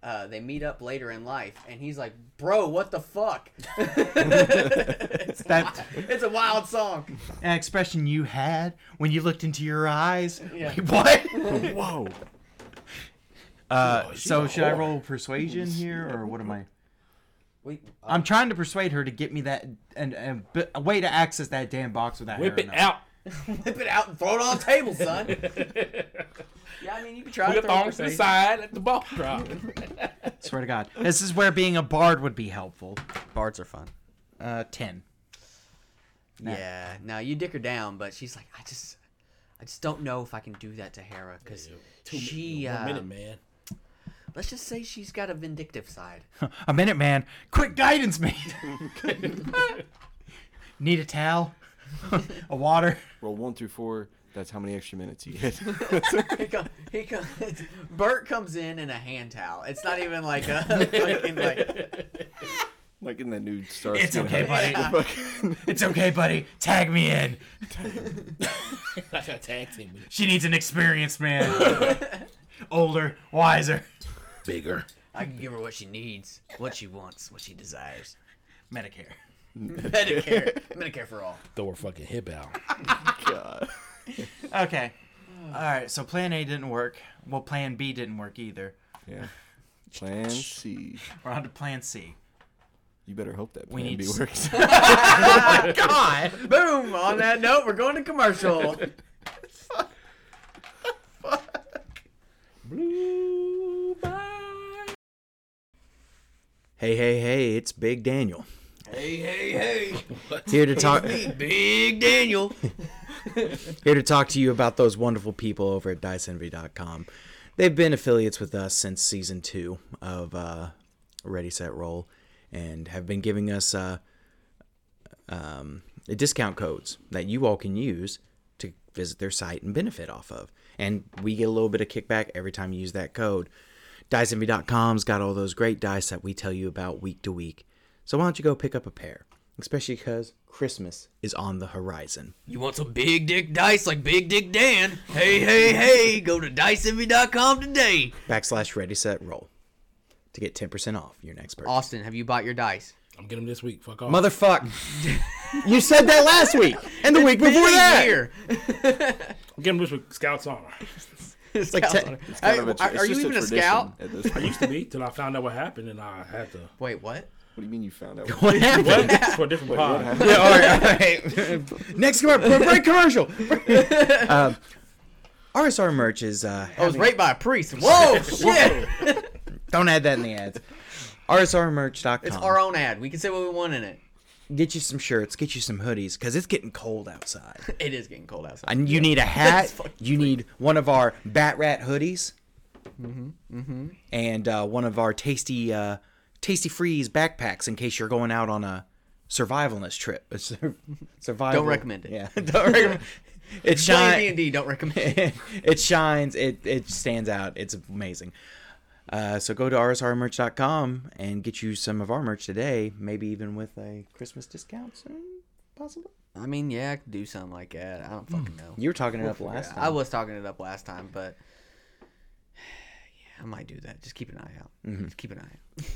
[SPEAKER 3] uh, they meet up later in life and he's like, Bro, what the fuck? it's,
[SPEAKER 4] That-
[SPEAKER 3] wi- it's a wild song.
[SPEAKER 4] an expression you had when you looked into your eyes.
[SPEAKER 3] Yeah.
[SPEAKER 4] Wait, what?
[SPEAKER 5] Whoa.
[SPEAKER 4] Uh,
[SPEAKER 2] she's
[SPEAKER 4] so
[SPEAKER 2] a
[SPEAKER 4] should I
[SPEAKER 2] whore.
[SPEAKER 4] roll persuasion here, or what am I?
[SPEAKER 3] We,
[SPEAKER 4] I'm trying to persuade her to get me that and, and but a way to access that damn box without
[SPEAKER 2] Whip
[SPEAKER 4] her
[SPEAKER 2] it
[SPEAKER 4] knowing.
[SPEAKER 2] out.
[SPEAKER 3] whip it out and throw it on the table, son. yeah, I mean, you can try
[SPEAKER 2] Put
[SPEAKER 3] to
[SPEAKER 2] your
[SPEAKER 3] throw
[SPEAKER 2] thongs to the
[SPEAKER 3] persuasion.
[SPEAKER 2] side. Let the ball drop.
[SPEAKER 4] Swear to God, this is where being a bard would be helpful.
[SPEAKER 3] Bards are fun.
[SPEAKER 4] Uh, ten.
[SPEAKER 3] Yeah. Now you dick her down, but she's like, I just, I just don't know if I can do that to Hera because
[SPEAKER 2] Two
[SPEAKER 3] she,
[SPEAKER 2] minute,
[SPEAKER 3] uh,
[SPEAKER 2] one minute, man.
[SPEAKER 3] Let's just say she's got a vindictive side.
[SPEAKER 4] A minute, man. Quick guidance, man. Need a towel, a water.
[SPEAKER 5] Roll one through four. That's how many extra minutes you get.
[SPEAKER 3] He comes, he comes, Bert comes in in a hand towel. It's not even like a fucking like.
[SPEAKER 5] like in that new Star.
[SPEAKER 4] It's
[SPEAKER 5] Wars
[SPEAKER 4] okay, buddy.
[SPEAKER 5] movie. Fucking-
[SPEAKER 4] It's okay, buddy. Tag me in.
[SPEAKER 2] uh, I got a tag team with
[SPEAKER 4] She needs an experienced man. Older, wiser.
[SPEAKER 2] bigger.
[SPEAKER 3] I can give her what she needs, what she wants, what she desires.
[SPEAKER 4] Medicare.
[SPEAKER 3] Medicare, Medicare for all.
[SPEAKER 2] Throw her fucking hip out.
[SPEAKER 5] God.
[SPEAKER 4] Okay. All right, so plan A didn't work. Well, plan B didn't work either.
[SPEAKER 5] Yeah. Plan C.
[SPEAKER 4] We're on to plan C.
[SPEAKER 5] You better hope that
[SPEAKER 4] We
[SPEAKER 5] Plan
[SPEAKER 4] need
[SPEAKER 5] B
[SPEAKER 4] s-
[SPEAKER 5] works.
[SPEAKER 4] God!
[SPEAKER 3] Boom! On that note, we're going to commercial.
[SPEAKER 4] Hey, hey, hey, it's Big Daniel.
[SPEAKER 3] Hey, hey, hey!
[SPEAKER 4] Here to talk
[SPEAKER 3] Big Daniel.
[SPEAKER 4] here to talk to you about those wonderful people over at diceenvy.com. They've been affiliates with us since season 2 of uh, Ready Set Roll and have been giving us uh, um, discount codes that you all can use to visit their site and benefit off of. And we get a little bit of kickback every time you use that code. DiceEnvy.com's got all those great dice that we tell you about week to week. So why don't you go pick up a pair? Especially because Christmas is on the horizon.
[SPEAKER 3] You want some big dick dice like Big Dick Dan? Hey, hey, hey! Go to diceenvy.com today.
[SPEAKER 4] backslash ready set roll to get 10% off your next purchase.
[SPEAKER 3] Austin, have you bought your dice?
[SPEAKER 2] I'm getting him this week. Fuck off.
[SPEAKER 4] Motherfuck. you said that last week and the week before that.
[SPEAKER 3] Here.
[SPEAKER 2] I'm getting him this week. Scouts honor.
[SPEAKER 3] It's
[SPEAKER 4] like
[SPEAKER 3] Scout's
[SPEAKER 4] te-
[SPEAKER 3] honor.
[SPEAKER 5] It's kind
[SPEAKER 3] Hey,
[SPEAKER 5] of a tr-
[SPEAKER 3] are-
[SPEAKER 5] it's
[SPEAKER 3] are you
[SPEAKER 5] just a
[SPEAKER 3] even a
[SPEAKER 5] tradition
[SPEAKER 3] scout?
[SPEAKER 5] At this point.
[SPEAKER 2] Used to be till I found out what happened and I had to.
[SPEAKER 3] Wait, what?
[SPEAKER 5] What do you mean you found out?
[SPEAKER 4] What happened?
[SPEAKER 2] What? For a different pod.
[SPEAKER 4] Yeah, all right, all right. Next commercial. Break commercial. Um, RSR merch is. Uh,
[SPEAKER 3] I was
[SPEAKER 4] having-
[SPEAKER 3] raped Oh, by a priest. Whoa, shit!
[SPEAKER 4] Don't add that in the ads. RSRmerch.com.
[SPEAKER 3] It's our own ad. We can say what we want in it.
[SPEAKER 4] get you some shirts, get you some hoodies, because it's getting cold outside.
[SPEAKER 3] It is getting cold outside.
[SPEAKER 4] And you need a hat.
[SPEAKER 3] That's fucking
[SPEAKER 4] You need one of our Bat Rat hoodies,
[SPEAKER 3] Mm-hmm,
[SPEAKER 4] and uh, one of our tasty, uh, tasty freeze backpacks in case you're going out on a survivalist trip. A sur- survival.
[SPEAKER 3] Don't recommend it.
[SPEAKER 4] Yeah, don't recommend. It
[SPEAKER 3] Play
[SPEAKER 4] shines.
[SPEAKER 3] D&D, don't recommend.
[SPEAKER 4] it shines. It it stands out. It's amazing. Uh, so go to rsrmerch.com and get you some of our merch today. Maybe even with a Christmas discount soon, possibly.
[SPEAKER 3] I mean, yeah, I could do something like that. I don't fucking know.
[SPEAKER 4] You were talking it up last
[SPEAKER 3] Yeah,
[SPEAKER 4] time.
[SPEAKER 3] I was talking it up last time, but yeah, I might do that. Just keep an eye out. Just keep an eye out.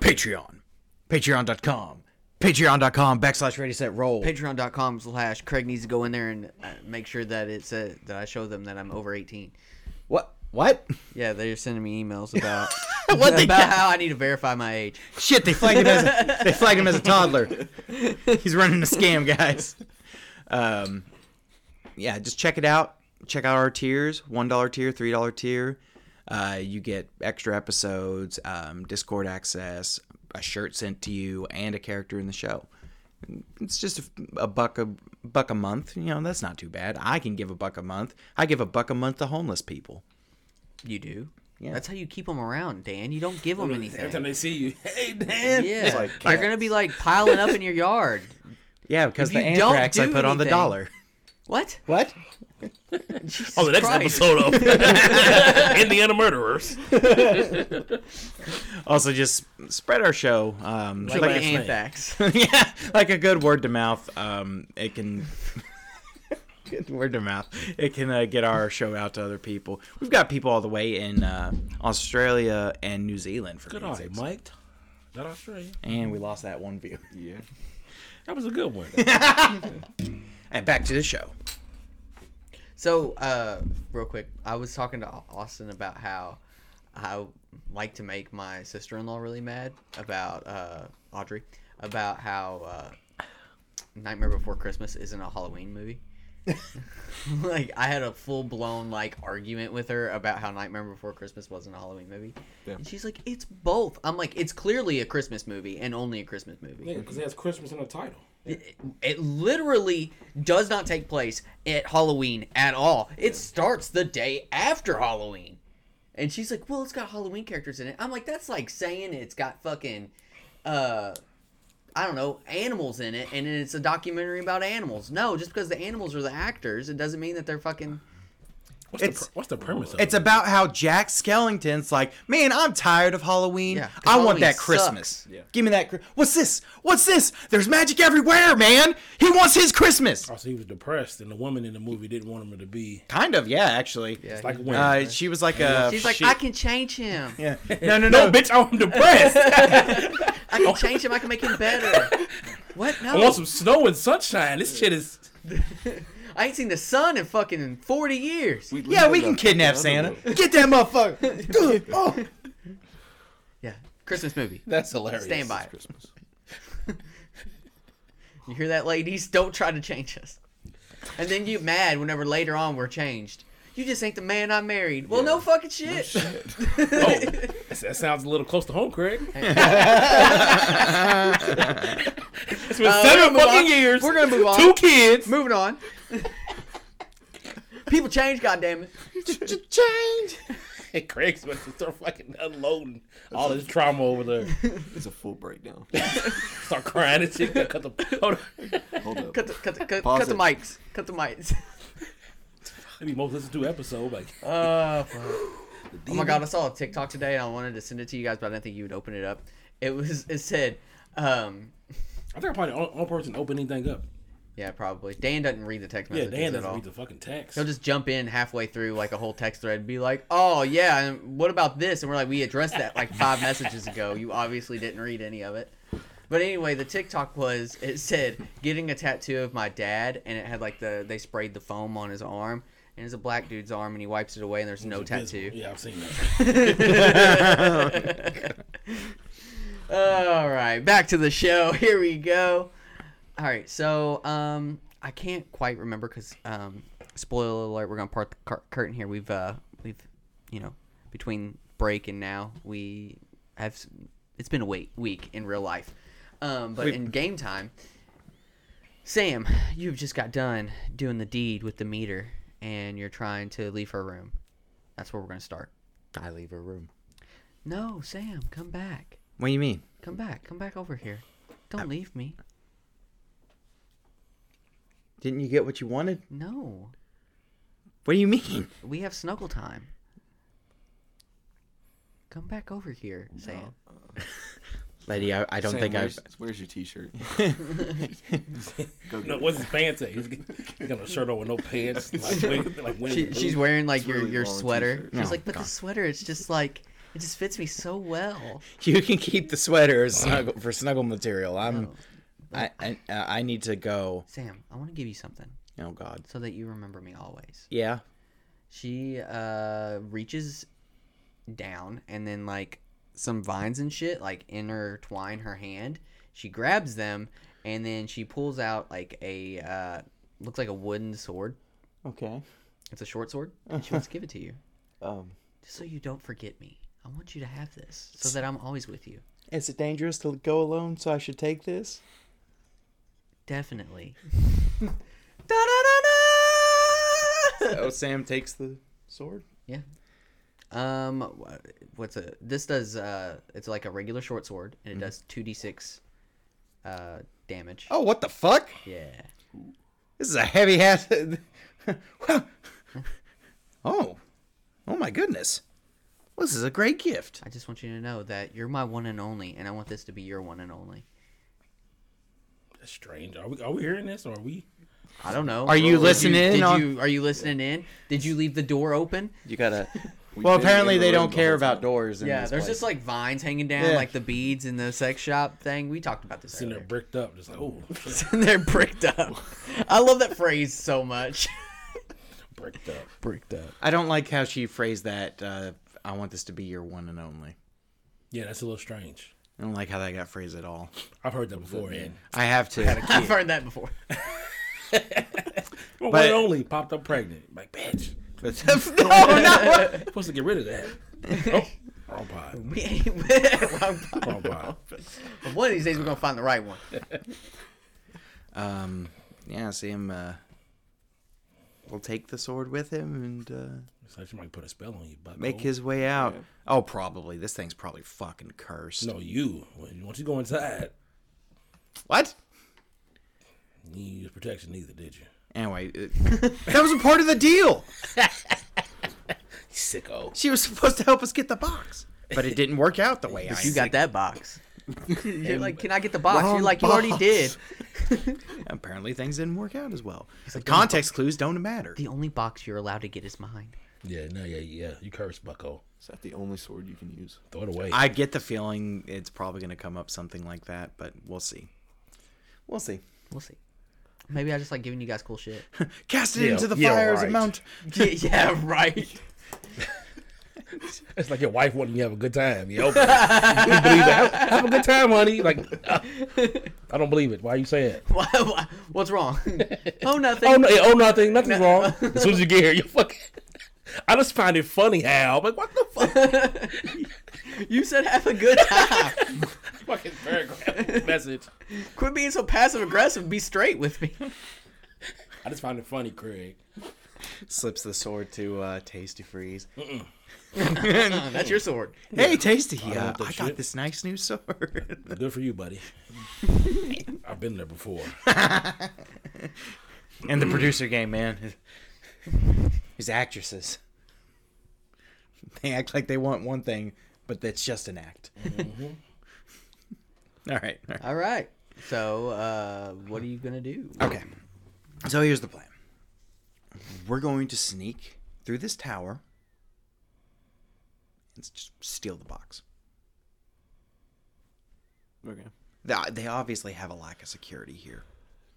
[SPEAKER 4] Patreon. Patreon.com. Patreon.com backslash ready set roll.
[SPEAKER 3] Patreon.com slash Craig needs to go in there and uh, make sure that it's uh, that I show them that I'm over 18.
[SPEAKER 4] what? What?
[SPEAKER 3] Yeah, they're sending me emails about
[SPEAKER 4] What they
[SPEAKER 3] about
[SPEAKER 4] got?
[SPEAKER 3] how I need to verify my age.
[SPEAKER 4] Shit, they flagged him as a, they flagged him as a toddler. He's running a scam, guys. Um, yeah, just check it out. Check out our tiers: one dollar tier, three dollar tier. Uh, you get extra episodes, um, Discord access, a shirt sent to you, and a character in the show. It's just a, a buck a buck a month. You know that's not too bad. I can give a buck a month. I give a buck a month to homeless people.
[SPEAKER 3] You do.
[SPEAKER 4] Yeah.
[SPEAKER 3] That's how you keep them around, Dan. You don't give them
[SPEAKER 2] Every time
[SPEAKER 3] anything.
[SPEAKER 2] they see you, hey man.
[SPEAKER 3] Yeah,
[SPEAKER 5] like
[SPEAKER 3] they're gonna be like piling up in your yard.
[SPEAKER 4] Yeah, because
[SPEAKER 3] If
[SPEAKER 4] the
[SPEAKER 3] you don't
[SPEAKER 4] anthrax I
[SPEAKER 3] do
[SPEAKER 4] put on the
[SPEAKER 3] anything-
[SPEAKER 4] dollar.
[SPEAKER 3] What?
[SPEAKER 4] What?
[SPEAKER 3] Jesus
[SPEAKER 2] On Oh, the next
[SPEAKER 3] Christ.
[SPEAKER 2] episode of Indiana Murderers.
[SPEAKER 4] Also, just spread our show. Um,
[SPEAKER 3] Like,
[SPEAKER 4] like,
[SPEAKER 2] last night.
[SPEAKER 3] anthrax.
[SPEAKER 4] yeah, like a good word to mouth. Um, it can. good word to mouth. It can uh, get our show out to other people. We've got people all the way in uh, Australia and New Zealand for
[SPEAKER 2] Good
[SPEAKER 4] God's
[SPEAKER 2] eye,
[SPEAKER 4] sakes.
[SPEAKER 2] Mike. That Australia.
[SPEAKER 4] And we lost that one view.
[SPEAKER 5] Yeah.
[SPEAKER 2] That was a good one.
[SPEAKER 4] And back to the show.
[SPEAKER 3] So, uh, real quick, I was talking to Au- Austin about how I like to make my sister-in-law really mad about uh, Audrey, about how uh, Nightmare Before Christmas isn't a Halloween movie. like I had a full-blown like argument with her about how Nightmare Before Christmas wasn't a Halloween movie,
[SPEAKER 5] Yeah.
[SPEAKER 3] and she's like, "It's both." I'm like, "It's clearly a Christmas movie and only a Christmas movie."
[SPEAKER 2] Because it has Christmas in the title.
[SPEAKER 3] it, it literally does not take place at Halloween at all. It starts the day after Halloween. And she's like, "Well, it's got Halloween characters in it." I'm like, "That's like saying it's got fucking, uh, I don't know, animals in it, and it's a documentary about animals." No, just because the animals are the actors, it doesn't mean that they're fucking.
[SPEAKER 2] What's the,
[SPEAKER 4] It's-
[SPEAKER 2] pr- what's the premise of
[SPEAKER 4] It's
[SPEAKER 2] it?
[SPEAKER 4] about how Jack Skellington's like, man, I'm tired of Halloween.
[SPEAKER 3] Yeah,
[SPEAKER 4] I want
[SPEAKER 3] Halloween
[SPEAKER 4] that
[SPEAKER 3] sucks."
[SPEAKER 4] Christmas.
[SPEAKER 5] Yeah.
[SPEAKER 4] Give me that. Chri- What's this? What's this? There's magic everywhere, man. He wants his Christmas.
[SPEAKER 2] Also, Oh, he was depressed, and the woman in the movie didn't want him to be.
[SPEAKER 4] Kind of, yeah, actually.
[SPEAKER 3] Yeah,
[SPEAKER 2] like
[SPEAKER 3] he-
[SPEAKER 2] when-
[SPEAKER 4] Uh, she was like a.
[SPEAKER 3] she's like,
[SPEAKER 4] shit.
[SPEAKER 3] "I can change him.
[SPEAKER 4] Yeah. No, no,
[SPEAKER 2] No,
[SPEAKER 4] no.
[SPEAKER 2] bitch, I'm depressed.
[SPEAKER 3] I can change him. I can make him better." What? No,
[SPEAKER 2] I want some snow and sunshine. This shit is.
[SPEAKER 3] I ain't seen the sun in fucking forty years.
[SPEAKER 5] We
[SPEAKER 4] Yeah,
[SPEAKER 5] live
[SPEAKER 4] we
[SPEAKER 5] in
[SPEAKER 4] can
[SPEAKER 5] the-
[SPEAKER 4] kidnap
[SPEAKER 5] the
[SPEAKER 4] Santa.
[SPEAKER 5] underworld.
[SPEAKER 4] Get that motherfucker. Good. Oh.
[SPEAKER 3] Yeah, Christmas movie.
[SPEAKER 2] That's hilarious.
[SPEAKER 3] Stand by it.
[SPEAKER 5] Christmas.
[SPEAKER 3] You hear that, ladies? Don't try to change us. And then you mad whenever later on we're changed. You just ain't the man I married. Well, no fucking shit. Uh,
[SPEAKER 2] Oh, that's- that sounds a little close to home, Craig. it's been
[SPEAKER 3] Uh, we're gonna
[SPEAKER 2] seven
[SPEAKER 3] move
[SPEAKER 2] fucking
[SPEAKER 3] on.
[SPEAKER 2] years.
[SPEAKER 3] We're gonna move on.
[SPEAKER 2] Two kids.
[SPEAKER 3] Moving on. People change, goddammit.
[SPEAKER 4] Change.
[SPEAKER 2] And Craig's about to start fucking unloading all his trauma over there.
[SPEAKER 5] It's a full breakdown.
[SPEAKER 2] Start crying and shit. Cut the, hold on.
[SPEAKER 5] Hold up.
[SPEAKER 3] Cut the cut the cut,
[SPEAKER 5] Pause
[SPEAKER 3] cut the
[SPEAKER 5] it.
[SPEAKER 3] mics. Cut the mics.
[SPEAKER 2] Maybe most listened to episode. Like,
[SPEAKER 3] Oh my god, I saw a TikTok today and I wanted to send it to you guys, but I didn't think you would open it up. It was it said, um,
[SPEAKER 2] I think I'm probably the only- only person to open anything up.
[SPEAKER 3] yeah, probably. Dan doesn't read the text
[SPEAKER 2] Yeah,
[SPEAKER 3] messages
[SPEAKER 2] Dan
[SPEAKER 3] at
[SPEAKER 2] doesn't
[SPEAKER 3] all.
[SPEAKER 2] read the fucking text.
[SPEAKER 3] He'll just jump in halfway through like a whole text thread and be like, "Oh yeah, and what about this?" And we're like, "We addressed that like five messages ago. You obviously didn't read any of it." But anyway, the TikTok was it said getting a tattoo of my dad, and it had like the they sprayed the foam on his arm, and it's a black dude's arm, and he wipes it away, and there's no tattoo.
[SPEAKER 2] Yeah, I've seen that.
[SPEAKER 3] All right, back to the show. Here we go. All right, so um, I can't quite remember because um, spoiler alert, we're gonna part the cur- curtain here. We've uh, we've, you know, between break and now we have. s- It's been a week week in real life, um, but in game time, Sam, you've just got done doing the deed with the meter, and you're trying to leave her room. That's where we're gonna start.
[SPEAKER 1] I leave her room.
[SPEAKER 3] No, Sam, come back.
[SPEAKER 4] What do you mean?
[SPEAKER 3] Come back. Come back over here. Don't leave me.
[SPEAKER 4] Didn't you get what you wanted?
[SPEAKER 3] No.
[SPEAKER 4] What do you mean?
[SPEAKER 3] We have snuggle time. Come back over here, Sam.
[SPEAKER 4] Lady, I, I don't
[SPEAKER 5] Sam,
[SPEAKER 4] think I.
[SPEAKER 5] where's, where's your T-shirt? Go get
[SPEAKER 2] No,
[SPEAKER 5] it.
[SPEAKER 2] what's his pants at? He's got- he's got a shirt on with no pants. Like, wait, like when
[SPEAKER 3] She, she's wearing like your,
[SPEAKER 5] really
[SPEAKER 3] your
[SPEAKER 5] long
[SPEAKER 3] sweater.
[SPEAKER 5] t-shirt.
[SPEAKER 3] She's
[SPEAKER 4] No,
[SPEAKER 3] like, but
[SPEAKER 4] God.
[SPEAKER 3] the sweater, it's just like, it just fits me so well.
[SPEAKER 4] You can keep the sweater as snuggle, for snuggle material. I'm. I, I I need to go.
[SPEAKER 3] Sam, I want to give you something
[SPEAKER 4] Oh God.
[SPEAKER 3] so that you remember me always.
[SPEAKER 4] Yeah.
[SPEAKER 3] She uh, reaches down and then like some vines and shit like intertwine her hand. She grabs them and then she pulls out like a uh, looks like a wooden sword.
[SPEAKER 4] Okay.
[SPEAKER 3] It's a short sword. And she wants to give it to you.
[SPEAKER 4] Um.
[SPEAKER 3] Just so you don't forget me. I want you to have this so that I'm always with you.
[SPEAKER 4] Is it dangerous to go alone? So I should take this.
[SPEAKER 3] Definitely. Da-da-da-da!
[SPEAKER 4] Oh, Sam takes the sword.
[SPEAKER 3] Yeah. Um, wha- what's a this does? Uh, it's like a regular short sword, and it does two d six, uh, damage.
[SPEAKER 4] Mm-hmm. Oh, what the fuck!
[SPEAKER 3] Yeah.
[SPEAKER 4] This is a heavy hat. oh, oh my goodness! Well, this is a great gift.
[SPEAKER 3] I just want you to know that you're my one and only, and I want this to be your one and only.
[SPEAKER 2] That's strange. Are we are we hearing this or are we?
[SPEAKER 3] I don't know.
[SPEAKER 4] Are you
[SPEAKER 3] Did
[SPEAKER 4] listening in
[SPEAKER 3] Did
[SPEAKER 4] on-
[SPEAKER 3] you are you listening in? Did you leave the door open?
[SPEAKER 4] You gotta.
[SPEAKER 5] We've
[SPEAKER 4] well,
[SPEAKER 5] been
[SPEAKER 4] apparently
[SPEAKER 5] in the
[SPEAKER 4] they
[SPEAKER 5] room
[SPEAKER 4] don't
[SPEAKER 5] the
[SPEAKER 4] care
[SPEAKER 5] whole
[SPEAKER 4] about
[SPEAKER 5] time.
[SPEAKER 4] doors. In
[SPEAKER 3] Yeah,
[SPEAKER 4] this
[SPEAKER 3] there's
[SPEAKER 4] place.
[SPEAKER 3] just like vines hanging down,
[SPEAKER 4] Yeah.
[SPEAKER 3] like the beads in the sex shop thing. We talked about this.
[SPEAKER 2] Sitting there
[SPEAKER 3] Earlier.
[SPEAKER 2] bricked up, just like oh,
[SPEAKER 3] And they're bricked up. I love that phrase so much.
[SPEAKER 2] bricked up, bricked up.
[SPEAKER 4] I don't like how she phrased that. Uh, I want this to be your one and only.
[SPEAKER 2] Yeah, that's a little strange.
[SPEAKER 4] I don't like how that got phrased at all.
[SPEAKER 2] I've heard that before. And
[SPEAKER 4] I have to.
[SPEAKER 3] I've heard that before.
[SPEAKER 2] well,
[SPEAKER 4] But-
[SPEAKER 2] one only popped up pregnant. Like bitch,
[SPEAKER 4] but- no, no.
[SPEAKER 2] supposed to get rid of that. oh, wrong pod.
[SPEAKER 3] We ain't- Wrong pod.
[SPEAKER 2] Wrong pod.
[SPEAKER 3] one of these days we're gonna find the right one.
[SPEAKER 4] Um, yeah, Sam uh,
[SPEAKER 6] will take the sword with him and uh,
[SPEAKER 2] So she might put a spell on you, but
[SPEAKER 6] make his way out. Oh, probably. This thing's probably fucking cursed.
[SPEAKER 2] No, you. When- Once you go inside,
[SPEAKER 6] What?
[SPEAKER 2] you didn't use protection either, did you?
[SPEAKER 6] Anyway, it, that was a part of the deal.
[SPEAKER 2] Sicko.
[SPEAKER 6] She was supposed to help us get the box, but it didn't work out the way I.
[SPEAKER 3] You got that box. You're like, can I get the box? You're
[SPEAKER 6] Wrong
[SPEAKER 3] like, you already
[SPEAKER 6] box.
[SPEAKER 3] did.
[SPEAKER 6] Apparently, things didn't work out as well. Context clues don't matter.
[SPEAKER 3] The only box you're allowed to get is mine.
[SPEAKER 2] Yeah, no, yeah, yeah. You curse, bucko.
[SPEAKER 5] Is that the only sword you can use?
[SPEAKER 2] Throw it away.
[SPEAKER 6] I get the feeling it's probably going to come up something like that, but we'll see. We'll see.
[SPEAKER 3] We'll see. Maybe I just like giving you guys cool shit.
[SPEAKER 6] Cast it
[SPEAKER 2] Yeah,
[SPEAKER 6] into the
[SPEAKER 2] yeah,
[SPEAKER 6] fires
[SPEAKER 2] right.
[SPEAKER 6] of Mount.
[SPEAKER 3] yeah, yeah, right.
[SPEAKER 2] It's like your wife wanting you to have a good time. You, open it. you believe it. Have, have a good time, honey. Like, uh, I don't believe it. Why you saying? it?
[SPEAKER 3] Why- why- What's wrong? oh, nothing.
[SPEAKER 2] Oh, no, yeah, oh nothing. Nothing's wrong. As soon as you get here, you fucking. I just find it funny how. I'm like, what the fuck?
[SPEAKER 3] You said have a good time.
[SPEAKER 2] fucking paragraph message.
[SPEAKER 3] Quit being so passive aggressive. Be straight with me.
[SPEAKER 2] I just find it funny, Craig.
[SPEAKER 6] Slips the sword to uh, Tasty Freeze.
[SPEAKER 3] That's your sword.
[SPEAKER 6] Hey, Tasty, uh,
[SPEAKER 2] want that
[SPEAKER 6] I
[SPEAKER 2] shit.
[SPEAKER 6] got this nice new sword.
[SPEAKER 2] Good for you, buddy. I've been there before.
[SPEAKER 6] and the producer game, man. His actresses. They act like they want one thing, but that's just an act. All right. All right.
[SPEAKER 3] All right. So, uh, what are you gonna do?
[SPEAKER 6] Okay. So here's the plan. We're going to sneak through this tower and s- just steal the box.
[SPEAKER 5] Okay.
[SPEAKER 6] They uh, they obviously have a lack of security here.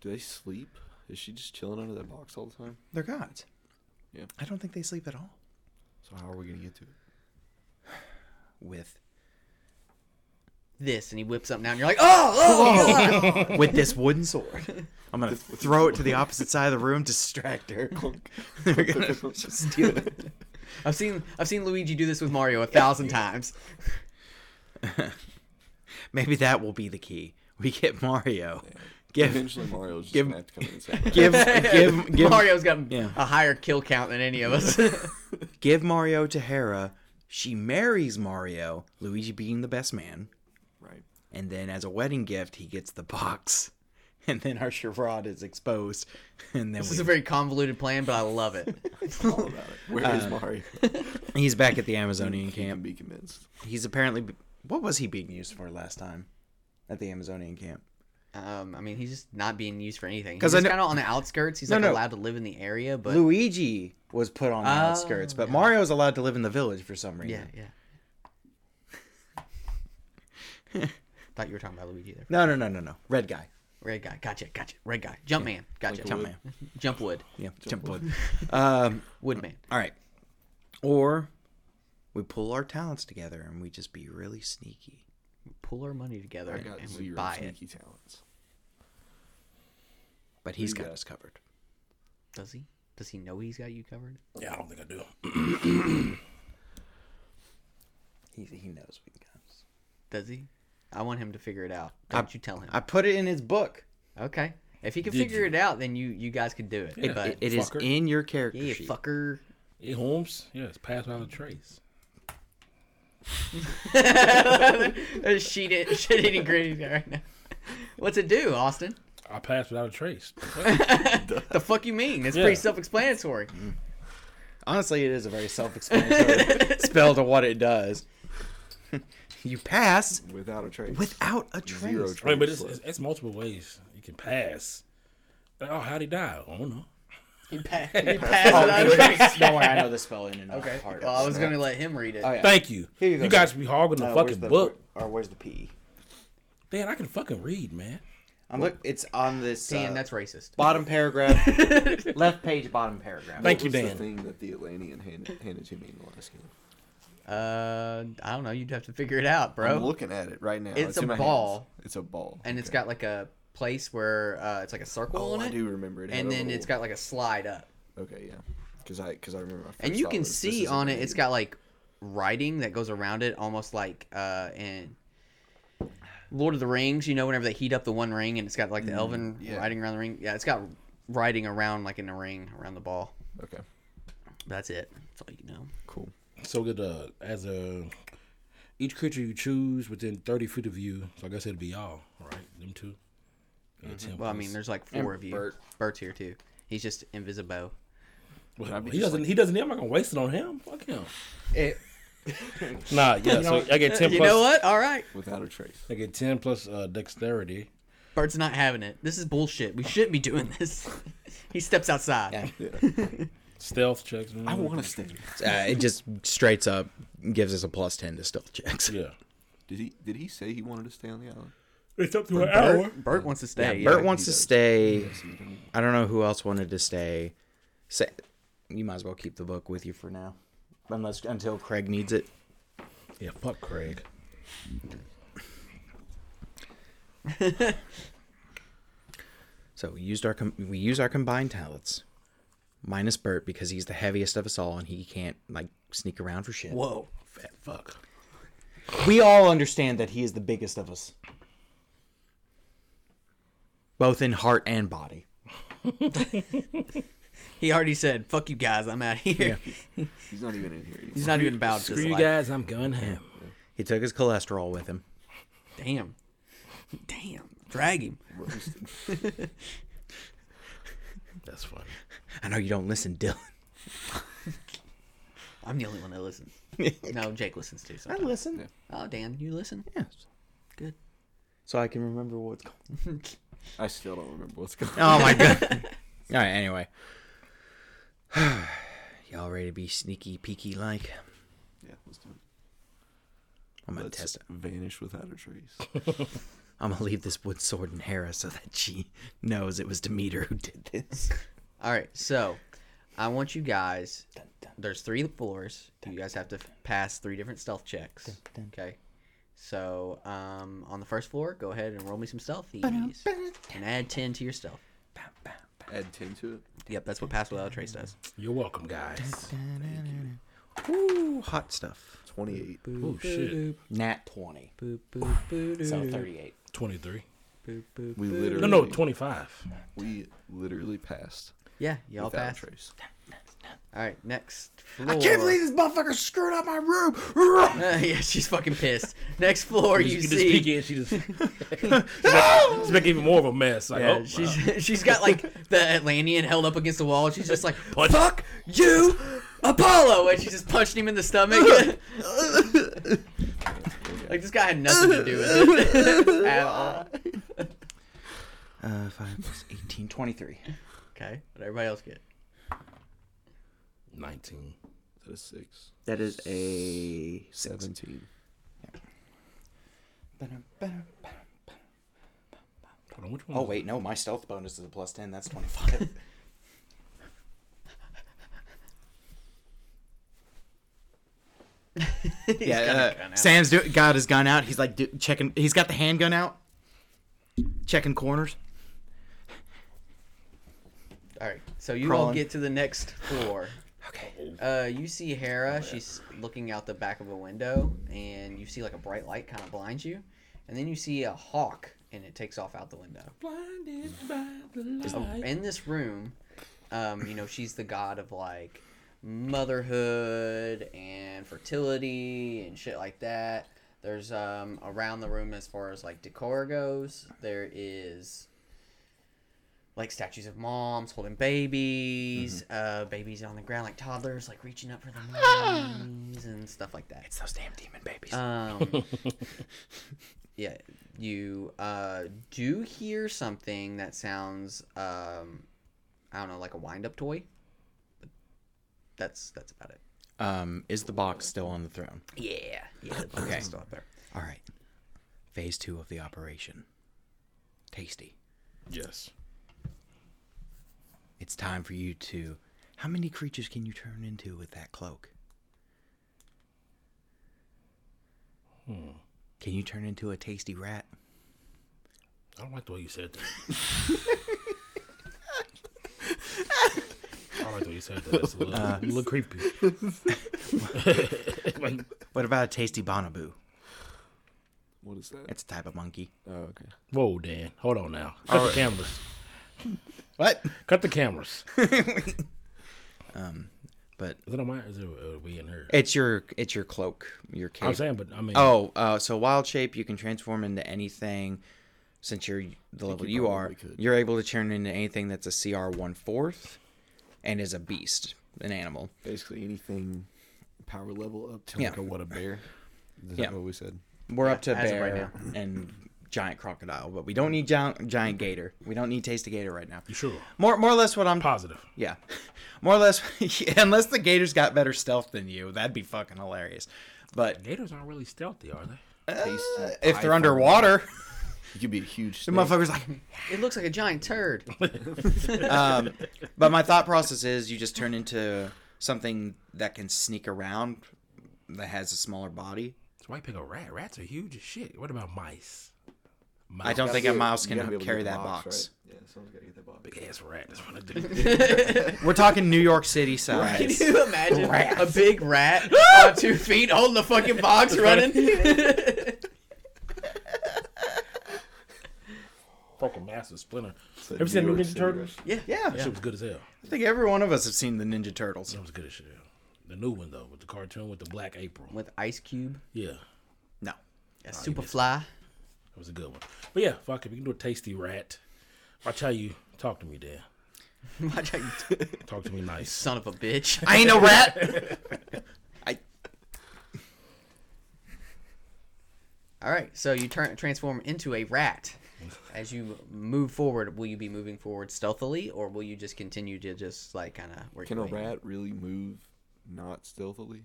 [SPEAKER 5] Do they sleep? Is she just chilling under that box all the time?
[SPEAKER 6] They're gods.
[SPEAKER 5] Yeah.
[SPEAKER 6] I don't think they sleep at all.
[SPEAKER 5] So how are we gonna get to it?
[SPEAKER 6] With
[SPEAKER 3] This, and he whips up now, and you're like, oh, oh, God.
[SPEAKER 6] with this wooden sword. I'm gonna throw it to the opposite side of the room, distract her. They're gonna just steal it.
[SPEAKER 3] I've seen, I've seen Luigi do this with Mario a thousand times.
[SPEAKER 6] Maybe that will be the key. We get Mario. Give
[SPEAKER 5] Eventually Mario's just
[SPEAKER 6] Give-
[SPEAKER 5] gonna have to come inside.
[SPEAKER 6] give give give
[SPEAKER 3] Mario's got
[SPEAKER 6] Yeah.
[SPEAKER 3] a higher kill count than any of us.
[SPEAKER 6] give Mario to Hera. She marries Mario, Luigi being the best man,
[SPEAKER 5] right.
[SPEAKER 6] and then as a wedding gift he gets the box. And then our charade is exposed, and then
[SPEAKER 3] this is
[SPEAKER 6] we,
[SPEAKER 3] a very convoluted plan, but I love it.
[SPEAKER 5] Where is
[SPEAKER 3] Uh,
[SPEAKER 5] Mario?
[SPEAKER 6] he's back at the Amazonian
[SPEAKER 5] He can
[SPEAKER 6] camp.
[SPEAKER 5] be convinced.
[SPEAKER 6] He's apparently what was he being used for last time at the Amazonian camp?
[SPEAKER 3] Um, I mean, he's just not being used for anything.
[SPEAKER 6] 'Cause
[SPEAKER 3] Because
[SPEAKER 6] I
[SPEAKER 3] he's
[SPEAKER 6] know-
[SPEAKER 3] kind of on the outskirts. He's
[SPEAKER 6] No,
[SPEAKER 3] like
[SPEAKER 6] no.
[SPEAKER 3] allowed to live in the area, but
[SPEAKER 6] Luigi was put on the
[SPEAKER 3] Oh,
[SPEAKER 6] outskirts, but Mario's allowed to live in the village for some reason.
[SPEAKER 3] yeah, yeah. Thought you were talking about Luigi there.
[SPEAKER 6] No, no, no, no, no. Red guy.
[SPEAKER 3] Red guy, gotcha, gotcha. Red guy, jump man, gotcha.
[SPEAKER 5] Like a
[SPEAKER 3] Jump,
[SPEAKER 5] wood-
[SPEAKER 6] man.
[SPEAKER 3] jump wood,
[SPEAKER 6] Yeah, jump wood. um,
[SPEAKER 5] Uh,
[SPEAKER 3] wood man.
[SPEAKER 6] all right. Or we pull our talents together and we just be really sneaky.
[SPEAKER 3] Pull our money together
[SPEAKER 5] I got
[SPEAKER 3] and we
[SPEAKER 5] zero
[SPEAKER 3] buy it.
[SPEAKER 5] sneaky talents.
[SPEAKER 6] But he's
[SPEAKER 5] you
[SPEAKER 6] got
[SPEAKER 5] got?
[SPEAKER 6] us covered.
[SPEAKER 3] Does he? Does he know he's got you covered?
[SPEAKER 2] Yeah, I don't think I do.
[SPEAKER 6] He, he knows we got us.
[SPEAKER 3] Does he? I want him to figure it out. Don't you tell him.
[SPEAKER 6] I put it in his book.
[SPEAKER 3] okay. If he can
[SPEAKER 2] Did
[SPEAKER 3] figure
[SPEAKER 2] you?
[SPEAKER 3] it out, then you you guys could do it. but
[SPEAKER 6] It- it is
[SPEAKER 2] fucker.
[SPEAKER 6] in your character
[SPEAKER 3] yeah,
[SPEAKER 6] sheet.
[SPEAKER 3] fucker.
[SPEAKER 2] Hey, Holmes. Yeah, it's passed without a trace.
[SPEAKER 3] There's sheet it, shit eating gritty guy right now. What's it do, Austin?
[SPEAKER 2] I passed without a trace.
[SPEAKER 3] The fuck you mean? It's
[SPEAKER 2] Yeah.
[SPEAKER 3] pretty self-explanatory.
[SPEAKER 6] Honestly, it is a very self-explanatory spell to what it does. you pass
[SPEAKER 5] Without a trace.
[SPEAKER 6] without a trace.
[SPEAKER 5] Zero
[SPEAKER 2] I mean, but it's,
[SPEAKER 5] Slip.
[SPEAKER 2] it's, it's multiple ways you can pass. Like, oh, how'd he die? I don't know.
[SPEAKER 3] You pass, you pass it on to-
[SPEAKER 6] Don't worry, I know the spell in and out.
[SPEAKER 3] Okay. Uh, Well, I was gonna let him read it.
[SPEAKER 6] Oh, yeah.
[SPEAKER 2] Thank you.
[SPEAKER 6] Here you
[SPEAKER 2] you
[SPEAKER 6] go,
[SPEAKER 2] guys be hogging the
[SPEAKER 6] Uh, where's
[SPEAKER 2] fucking
[SPEAKER 6] the-
[SPEAKER 2] book.
[SPEAKER 6] Or where's the P?
[SPEAKER 2] Man, I can fucking read, man.
[SPEAKER 6] I'm look. It's on this.
[SPEAKER 3] Dan,
[SPEAKER 6] uh,
[SPEAKER 3] that's racist.
[SPEAKER 6] bottom paragraph, left page, bottom paragraph.
[SPEAKER 2] Thank you,
[SPEAKER 5] What's
[SPEAKER 2] Dan.
[SPEAKER 5] The thing that the Atlantean handed, handed to me in the last game.
[SPEAKER 3] Uh, I don't know. You'd have to figure it out,
[SPEAKER 5] I'm
[SPEAKER 3] bro.
[SPEAKER 5] looking at it right now.
[SPEAKER 3] It's a
[SPEAKER 5] in my
[SPEAKER 3] ball.
[SPEAKER 5] hands. It's a ball.
[SPEAKER 3] And it's
[SPEAKER 5] Okay.
[SPEAKER 3] got like a place where uh, it's like a circle
[SPEAKER 5] Oh,
[SPEAKER 3] on it,
[SPEAKER 5] I do remember it. had
[SPEAKER 3] and
[SPEAKER 5] a
[SPEAKER 3] then
[SPEAKER 5] little-
[SPEAKER 3] it's got like a slide up,
[SPEAKER 5] Okay, yeah. Because I because I remember. My
[SPEAKER 3] and
[SPEAKER 5] first
[SPEAKER 3] you
[SPEAKER 5] thought
[SPEAKER 3] can
[SPEAKER 5] was, this
[SPEAKER 3] see
[SPEAKER 5] is a
[SPEAKER 3] on it.
[SPEAKER 5] grenade.
[SPEAKER 3] It's got like writing that goes around it, almost like uh, in Lord of the Rings. You know, whenever they heat up the one ring, and it's got like the elven
[SPEAKER 5] yeah.
[SPEAKER 3] writing around the ring. Yeah, it's got writing around like in a ring around the ball.
[SPEAKER 5] Okay.
[SPEAKER 3] That's it. That's all you know.
[SPEAKER 5] Cool.
[SPEAKER 2] So good. Uh, as a each creature you choose within thirty feet of you. So I guess it'd be y'all, right? Them two. And Tim,
[SPEAKER 3] Well, I mean,
[SPEAKER 2] please.
[SPEAKER 3] there's like four of you. Bert's here too. He's just invisible.
[SPEAKER 2] Well,
[SPEAKER 5] I'd be
[SPEAKER 2] he
[SPEAKER 5] just
[SPEAKER 2] doesn't. he doesn't. I'm not gonna waste it on him. Fuck him.
[SPEAKER 3] It,
[SPEAKER 2] Nah. Yeah. so I get ten.
[SPEAKER 3] you
[SPEAKER 2] plus,
[SPEAKER 3] know what? All right.
[SPEAKER 5] Without a trace.
[SPEAKER 2] I get ten plus uh, dexterity.
[SPEAKER 3] Bert's not having it. This is bullshit. We shouldn't be doing this. he steps outside.
[SPEAKER 2] Stealth checks. mm-hmm. I
[SPEAKER 5] want to stay.
[SPEAKER 6] Uh, it just straight up gives us a plus 10 to stealth checks.
[SPEAKER 2] Yeah.
[SPEAKER 5] Did he? Did he say he wanted to stay on the island?
[SPEAKER 2] It's up to an hour.
[SPEAKER 3] Bert, Bert wants to stay.
[SPEAKER 6] Bert
[SPEAKER 3] yeah.
[SPEAKER 6] wants to stay. I don't know who else wanted to stay. Sa you might as well keep the book with you for now, unless until Craig needs it.
[SPEAKER 2] Yeah. Fuck Craig.
[SPEAKER 6] So we used our com- we use our combined talents, minus Bert because he's the heaviest of us all and he can't like sneak around for shit.
[SPEAKER 3] Whoa.
[SPEAKER 2] Fat fuck.
[SPEAKER 6] We all understand that he is the biggest of us, both in heart and body.
[SPEAKER 3] He already said, "Fuck you guys. I'm out of here."
[SPEAKER 5] He's not even in here.
[SPEAKER 3] He's
[SPEAKER 5] Anymore.
[SPEAKER 3] not even about
[SPEAKER 2] Screw
[SPEAKER 3] this
[SPEAKER 2] you
[SPEAKER 3] life.
[SPEAKER 2] guys. I'm gun ham.
[SPEAKER 6] He took his cholesterol with him.
[SPEAKER 3] Damn. Damn. Drag him.
[SPEAKER 5] Roasted.
[SPEAKER 2] That's funny.
[SPEAKER 6] I know you don't listen, Dylan.
[SPEAKER 3] I'm the only one that listens. no, Jake listens too.
[SPEAKER 6] I
[SPEAKER 3] sometimes.
[SPEAKER 6] listen.
[SPEAKER 3] Oh, Dan, you listen.
[SPEAKER 6] Yes.
[SPEAKER 3] Good.
[SPEAKER 6] So I can remember what's going.
[SPEAKER 5] I still don't remember what's going. on.
[SPEAKER 6] Oh my god. All right, anyway. Y'all ready to be sneaky peeky like?
[SPEAKER 5] Yeah, let's do it.
[SPEAKER 6] I'm gonna
[SPEAKER 5] Let's
[SPEAKER 6] test it.
[SPEAKER 5] vanish without a trace.
[SPEAKER 6] I'm gonna leave this wood sword in Hera so that she knows it was Demeter who did this.
[SPEAKER 3] All right, so I want you guys. There's three floors. You guys have to f- pass three different stealth checks. Okay. So um, on the first floor, go ahead and roll me some stealth thieves, and add ten to your stealth.
[SPEAKER 5] Add ten to it.
[SPEAKER 3] Yep, that's what pass without a trace does.
[SPEAKER 2] You're welcome, guys.
[SPEAKER 6] Ooh, hot stuff.
[SPEAKER 5] Twenty-eight.
[SPEAKER 2] Oh shit.
[SPEAKER 6] Nat 20. So 38.
[SPEAKER 2] Twenty-three.
[SPEAKER 5] We literally.
[SPEAKER 2] No, no, twenty-five.
[SPEAKER 5] We literally passed
[SPEAKER 3] Yeah, y'all
[SPEAKER 5] without
[SPEAKER 3] pass.
[SPEAKER 5] a trace.
[SPEAKER 3] All right, next floor.
[SPEAKER 6] this motherfucker screwed up my room.
[SPEAKER 3] Uh, yeah, she's fucking pissed. Next floor, you,
[SPEAKER 2] You just
[SPEAKER 3] see.
[SPEAKER 2] peek in. She just. It's making even more of a mess. Like,
[SPEAKER 3] Yeah,
[SPEAKER 2] oh,
[SPEAKER 3] she's
[SPEAKER 2] wow.
[SPEAKER 3] she's got like the Atlantean held up against the wall. and She's just like,
[SPEAKER 2] Punch.
[SPEAKER 3] "Fuck you, Apollo!" And she just punched him in the stomach. like this guy had nothing to do with it at all.
[SPEAKER 6] Uh, 5 plus 18, 23.
[SPEAKER 3] Okay, what everybody else get?
[SPEAKER 2] nineteen.
[SPEAKER 5] That is six.
[SPEAKER 6] That is a.
[SPEAKER 5] Seventeen.
[SPEAKER 2] Hold on, which one?
[SPEAKER 6] Oh, wait, no, my stealth bonus is a plus 10. That's 25.
[SPEAKER 3] He's
[SPEAKER 6] Yeah,
[SPEAKER 3] kinda
[SPEAKER 6] uh,
[SPEAKER 3] gone out.
[SPEAKER 6] Sam's do- got his gun out. He's like do- checking. He's got the handgun out, checking corners.
[SPEAKER 3] all right, so you all
[SPEAKER 6] crawling.
[SPEAKER 3] get to the next floor.
[SPEAKER 6] Okay. Oh,
[SPEAKER 3] Uh, you see Hera. She's looking out the back of a window, and you see like a bright light kind of blinds you, and then you see a hawk, and it takes off out the window.
[SPEAKER 2] Blinded by the light.
[SPEAKER 3] in this room, um, you know, she's the god of like motherhood and fertility and shit like that. There's um around the room as far as like decor goes, there is like statues of moms holding babies, uh, babies on the ground like toddlers, like reaching up for the moms and stuff like that.
[SPEAKER 6] It's those damn demon babies.
[SPEAKER 3] Um, yeah, you uh, do hear something that sounds, um, I don't know, like a wind-up toy. But That's that's about it.
[SPEAKER 6] Um, is the box still on the throne?
[SPEAKER 3] Yeah, yeah.
[SPEAKER 6] Okay.
[SPEAKER 3] okay. Still up there.
[SPEAKER 6] All right. Phase two of the operation. Tasty.
[SPEAKER 2] Yes.
[SPEAKER 6] It's time for you to. How many creatures can you turn into with that cloak? Hmm. Can you turn into a tasty rat?
[SPEAKER 2] I don't like the way you said that. I don't like the way you said that. It's a little,
[SPEAKER 6] Uh,
[SPEAKER 2] a little creepy. like,
[SPEAKER 6] What about a tasty bonoboo?
[SPEAKER 5] What is that?
[SPEAKER 6] It's a type of monkey.
[SPEAKER 5] Oh, okay.
[SPEAKER 2] whoa, Dan. Hold on now. Cut the cameras.
[SPEAKER 6] What?
[SPEAKER 2] Cut the cameras.
[SPEAKER 6] Um, but
[SPEAKER 2] Is it on my? Is it are we in her?
[SPEAKER 6] it's your it's your cloak, your cape.
[SPEAKER 2] I'm saying, but I mean,
[SPEAKER 6] Oh, uh, so wild shape, you can transform into anything. Since you're the level you, are,
[SPEAKER 5] probably could.
[SPEAKER 6] you're able to turn into anything that's a CR one fourth, and is a beast, an animal.
[SPEAKER 5] Basically anything power level up to
[SPEAKER 6] Yeah.
[SPEAKER 5] like a what a bear. Is
[SPEAKER 6] Yeah.
[SPEAKER 5] that what we said?
[SPEAKER 6] We're up to
[SPEAKER 3] as of
[SPEAKER 6] bear
[SPEAKER 3] right
[SPEAKER 6] and giant crocodile, but we don't need giant, giant
[SPEAKER 5] Mm-hmm.
[SPEAKER 6] gator. We don't need tasty gator right now.
[SPEAKER 2] you sure?
[SPEAKER 6] More, more or less what I'm.
[SPEAKER 2] Positive.
[SPEAKER 6] Yeah, more or less. unless the gators got better stealth than you, that'd be fucking hilarious. But
[SPEAKER 2] Gators aren't really stealthy, are they?
[SPEAKER 5] Tasty
[SPEAKER 6] Uh, if they're
[SPEAKER 5] python.
[SPEAKER 6] underwater,
[SPEAKER 5] you could be a huge
[SPEAKER 6] the
[SPEAKER 5] snake.
[SPEAKER 6] motherfucker's like,
[SPEAKER 3] It looks like a giant turd.
[SPEAKER 6] um, but my thought process is you just turn into something that can sneak around that has a smaller body.
[SPEAKER 2] So why pick a rat? Rats are huge as shit. What about mice? mice
[SPEAKER 6] I don't think a mouse
[SPEAKER 5] You gotta be
[SPEAKER 6] can
[SPEAKER 5] able to
[SPEAKER 6] carry
[SPEAKER 5] get the
[SPEAKER 6] that box.
[SPEAKER 5] right? Yeah, someone's gotta get that box.
[SPEAKER 2] Big ass rat. That's what I do.
[SPEAKER 6] We're talking New York City
[SPEAKER 3] Can
[SPEAKER 6] size.
[SPEAKER 3] you imagine a big rat on uh, two feet holding the fucking box running?
[SPEAKER 2] Fucking massive splinter.
[SPEAKER 5] So
[SPEAKER 2] Ever seen
[SPEAKER 5] New York
[SPEAKER 2] Ninja
[SPEAKER 5] City,
[SPEAKER 2] Turtles?
[SPEAKER 5] right?
[SPEAKER 3] yeah.
[SPEAKER 6] Yeah,
[SPEAKER 2] That shit was good as hell.
[SPEAKER 6] I think every one of us have seen the Ninja Turtles.
[SPEAKER 2] That was good as shit. The new one though, with the cartoon with the black April.
[SPEAKER 3] With Ice Cube,
[SPEAKER 2] Yeah,
[SPEAKER 6] No,
[SPEAKER 3] a Superfly.
[SPEAKER 2] that was a good one. But yeah, fuck it. We can do a tasty rat. Watch how you talk to me, Dan.
[SPEAKER 3] Watch out, you
[SPEAKER 2] Talk to me nice.
[SPEAKER 3] son of a bitch.
[SPEAKER 6] I ain't no rat.
[SPEAKER 3] All right, so you turn transform into a rat. As you move forward, will you be moving forward stealthily, or will you just continue to just like kind of work?
[SPEAKER 5] Can a
[SPEAKER 3] your way?
[SPEAKER 5] rat really move not stealthily?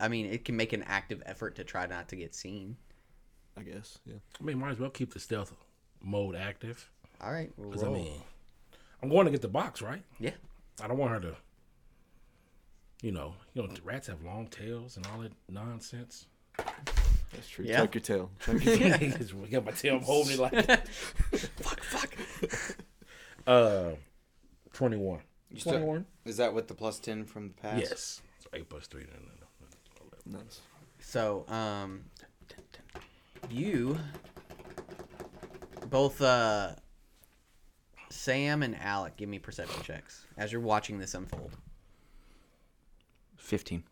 [SPEAKER 3] I mean, it can make an active effort to try not to get seen.
[SPEAKER 5] I guess. Yeah.
[SPEAKER 2] I mean, might as well keep the stealth mode active.
[SPEAKER 3] All right, we'll
[SPEAKER 2] 'Cause, I
[SPEAKER 3] roll.
[SPEAKER 2] mean, I'm going to get the box right.
[SPEAKER 3] yeah,
[SPEAKER 2] I don't want her to. You know, you know, rats have long tails and all that nonsense.
[SPEAKER 5] That's true.
[SPEAKER 3] Yeah.
[SPEAKER 5] Tuck your tail. Tuck your tail.
[SPEAKER 2] I got my tail I'm holding it like. fuck, fuck. Uh, twenty-one.
[SPEAKER 6] still- Is that with the plus ten from the past?
[SPEAKER 2] Yes. So eight plus three. No, no, no.
[SPEAKER 5] nice.
[SPEAKER 3] So, um, you both, uh, Sam and Alec, give me perception checks as you're watching this unfold.
[SPEAKER 6] Fifteen.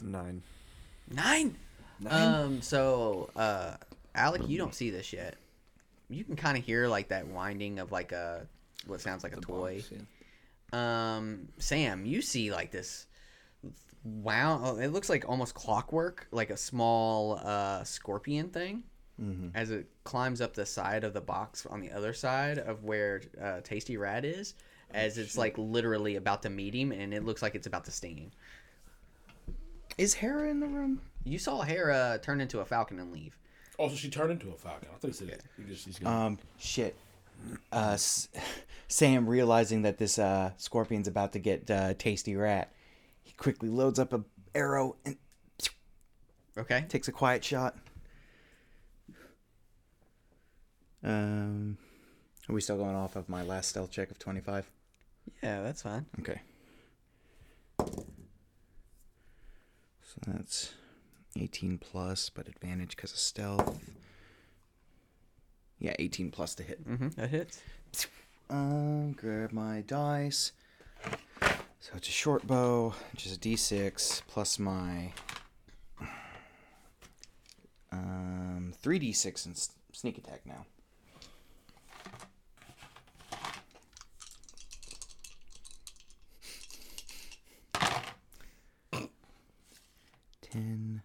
[SPEAKER 5] Nine.
[SPEAKER 3] Nine.
[SPEAKER 5] Uh,
[SPEAKER 3] Um. So, uh, Alec, you don't see this yet. You can kind of hear like that winding of like a what sounds like a toy.
[SPEAKER 5] Box, yeah.
[SPEAKER 3] Um, Sam, you see like this. Wow, oh, it looks like almost clockwork, like a small uh, scorpion thing, as it climbs up the side of the box on the other side of where uh, Tasty Rat is, as it's like literally about to meet him, and it looks like it's about to sting him.
[SPEAKER 6] Is Hera in the room?
[SPEAKER 3] You saw Hera uh, turn into a falcon and leave.
[SPEAKER 2] Also, Oh, she turned into a falcon. I thought you said you just- she's gonna.
[SPEAKER 6] Um, shit. Uh, S- Sam realizing that this uh, scorpion's about to get uh, tasty rat, he quickly loads up a arrow and
[SPEAKER 3] Okay.
[SPEAKER 6] takes a quiet shot. Um, are we still going off of my last stealth check of twenty five?
[SPEAKER 3] Yeah, that's fine.
[SPEAKER 6] Okay. So that's 18 plus, but advantage because of stealth. Yeah, 18 plus to hit.
[SPEAKER 3] Mm-hmm. That hits.
[SPEAKER 6] Um, grab my dice. So it's a short bow, which is a d6, plus my um, 3d6 and s- sneak attack now. Ten,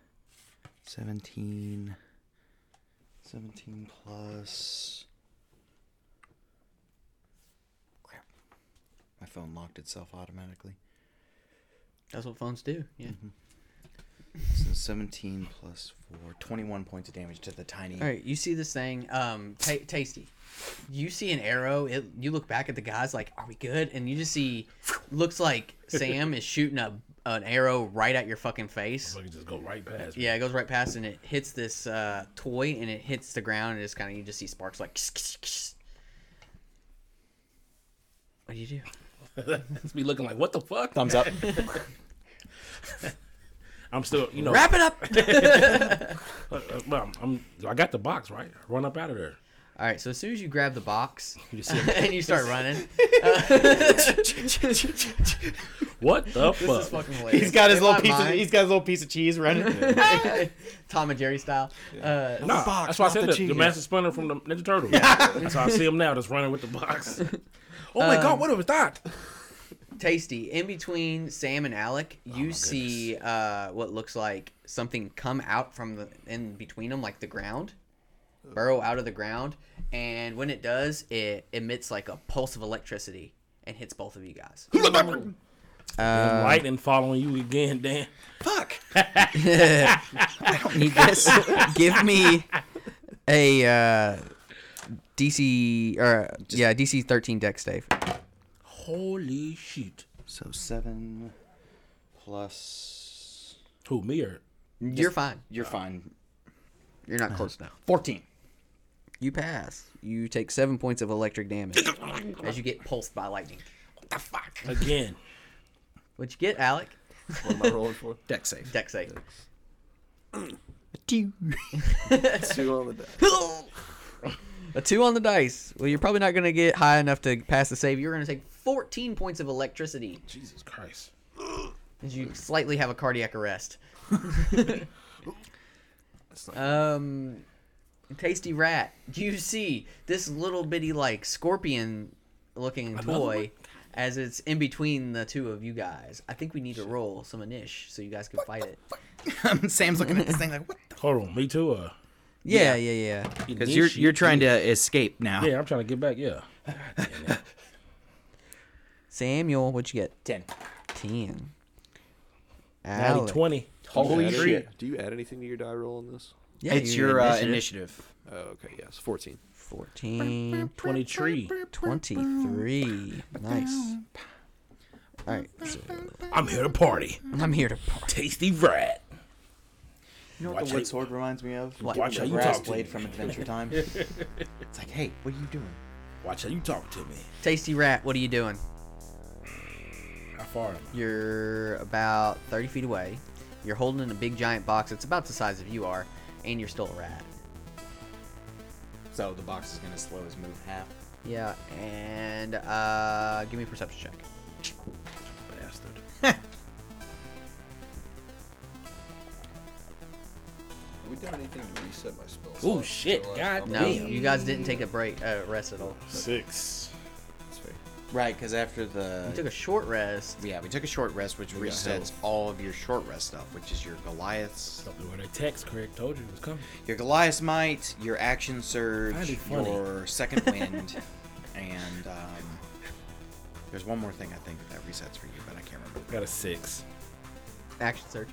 [SPEAKER 6] seventeen, seventeen plus. Crap. My phone locked itself automatically.
[SPEAKER 3] That's what phones do. Yeah.
[SPEAKER 6] So 17 plus 4, 21 points of damage to the tiny.
[SPEAKER 3] All right. You see this thing, um, ta tasty. You see an arrow. It. You look back at the guys like, "Are we good?" And you just see, looks like Sam is shooting a an arrow right at your fucking face.
[SPEAKER 2] so you just go right past. me.
[SPEAKER 3] Yeah, it goes right past and it hits this uh, toy and it hits the ground and it's kind of you just see sparks like. What do you do?
[SPEAKER 2] It's me looking like what the fuck.
[SPEAKER 6] Thumbs up.
[SPEAKER 2] I'm still, you know.
[SPEAKER 3] Wrap it up.
[SPEAKER 2] uh, uh, well, I'm, I'm- I got the box right. Run up out of there.
[SPEAKER 3] All right, so as soon as you grab the box and you start running,
[SPEAKER 2] What the
[SPEAKER 3] this is
[SPEAKER 2] fuck?
[SPEAKER 3] fucking hilarious.
[SPEAKER 6] He's got his
[SPEAKER 3] In
[SPEAKER 6] little
[SPEAKER 3] my
[SPEAKER 6] piece. Of,
[SPEAKER 3] mind-
[SPEAKER 6] he's got his little piece of cheese running.
[SPEAKER 3] Tom and Jerry style. Uh,
[SPEAKER 2] Nah,
[SPEAKER 5] box,
[SPEAKER 2] that's why I
[SPEAKER 5] not
[SPEAKER 2] said
[SPEAKER 5] the
[SPEAKER 2] the, the
[SPEAKER 5] cheese.
[SPEAKER 2] Master Splinter from the Ninja Turtle. that's how I see him now, just running with the box. Oh my god, what was that?
[SPEAKER 3] tasty. In between Sam and Alec, you see uh, what looks like something come out from the in between them, like the ground, burrow out of the ground, and when it does, it emits like a pulse of electricity and hits both of you guys.
[SPEAKER 2] Lightning following you again, Dan.
[SPEAKER 4] Fuck.
[SPEAKER 3] Need this? Give me a uh, DC or yeah DC thirteen Dex Dave.
[SPEAKER 2] Holy shit.
[SPEAKER 4] So seven.
[SPEAKER 6] Plus,
[SPEAKER 2] Who, me or?
[SPEAKER 3] You're fine.
[SPEAKER 6] you're fine.
[SPEAKER 3] You're not close now.
[SPEAKER 6] Fourteen.
[SPEAKER 3] Uh-huh. You pass. You take seven points of electric damage as you get pulsed by lightning.
[SPEAKER 2] Again.
[SPEAKER 3] What you get, Alec?
[SPEAKER 5] What am I rolling for?
[SPEAKER 6] Deck safe.
[SPEAKER 3] Dex save.
[SPEAKER 5] Two on the die.
[SPEAKER 3] A two on the dice. Well, you're probably not going to get high enough to pass the save. You're going to take 14 points of electricity
[SPEAKER 2] Jesus Christ.
[SPEAKER 3] as you slightly have a cardiac arrest. um, tasty rat. You see this little bitty like scorpion looking toy as it's in between the two of you guys. I think we need to roll some inish so you guys can fight it.
[SPEAKER 4] Sam's looking at this thing like, what the?
[SPEAKER 2] Hold on, me too. Uh,
[SPEAKER 3] Yeah, yeah, yeah.
[SPEAKER 6] Because you're you're trying to escape now.
[SPEAKER 2] Yeah, I'm trying to get back. Yeah.
[SPEAKER 3] Samuel, what'd you get?
[SPEAKER 6] Ten.
[SPEAKER 3] 10.
[SPEAKER 2] Alley
[SPEAKER 3] Alec.
[SPEAKER 2] 20.
[SPEAKER 5] Holy
[SPEAKER 6] shit.
[SPEAKER 5] Do you add anything to your die roll on this?
[SPEAKER 3] Yeah,
[SPEAKER 6] it's your uh,
[SPEAKER 3] initiative.
[SPEAKER 6] initiative.
[SPEAKER 5] Oh, okay. Yes, fourteen.
[SPEAKER 3] 14,
[SPEAKER 2] 23.
[SPEAKER 3] 23. Nice. All right. so
[SPEAKER 2] I'm here to party.
[SPEAKER 3] I'm here to party.
[SPEAKER 2] Tasty rat.
[SPEAKER 4] You know
[SPEAKER 2] Watch
[SPEAKER 4] what the
[SPEAKER 2] it.
[SPEAKER 4] wood sword reminds me of?
[SPEAKER 3] What?
[SPEAKER 2] Watch
[SPEAKER 4] The
[SPEAKER 2] how you
[SPEAKER 4] grass
[SPEAKER 2] talk to
[SPEAKER 4] blade
[SPEAKER 2] me.
[SPEAKER 4] from Adventure Time. it's like, hey, what are you doing?
[SPEAKER 2] Watch how you talk to me.
[SPEAKER 3] Tasty Rat, what are you doing?
[SPEAKER 2] How far am I?
[SPEAKER 3] You're about 30 feet away. You're holding a big giant box that's about the size of you are, and you're still a rat.
[SPEAKER 6] So the box is gonna slow his move half.
[SPEAKER 3] Yeah, and uh, give me a perception check.
[SPEAKER 2] Bastard.
[SPEAKER 5] Have we done anything to reset my spell?
[SPEAKER 2] Oh shit. God
[SPEAKER 3] No,
[SPEAKER 2] damn.
[SPEAKER 3] you guys didn't take a break, uh, rest at all.
[SPEAKER 2] Six.
[SPEAKER 6] Right, because after
[SPEAKER 3] You took
[SPEAKER 6] the
[SPEAKER 3] a short rest.
[SPEAKER 6] yeah, we took a short rest, which resets all of your short rest stuff, which is your Goliath's,
[SPEAKER 2] Don't do what I text, Craig. Told you it was coming.
[SPEAKER 6] your Goliath's might, your action
[SPEAKER 2] That'd be
[SPEAKER 6] surge,
[SPEAKER 2] funny.
[SPEAKER 6] your second wind, and um, there's one more thing I think that resets for you, but I can't remember.
[SPEAKER 2] Got a six.
[SPEAKER 3] Action surge.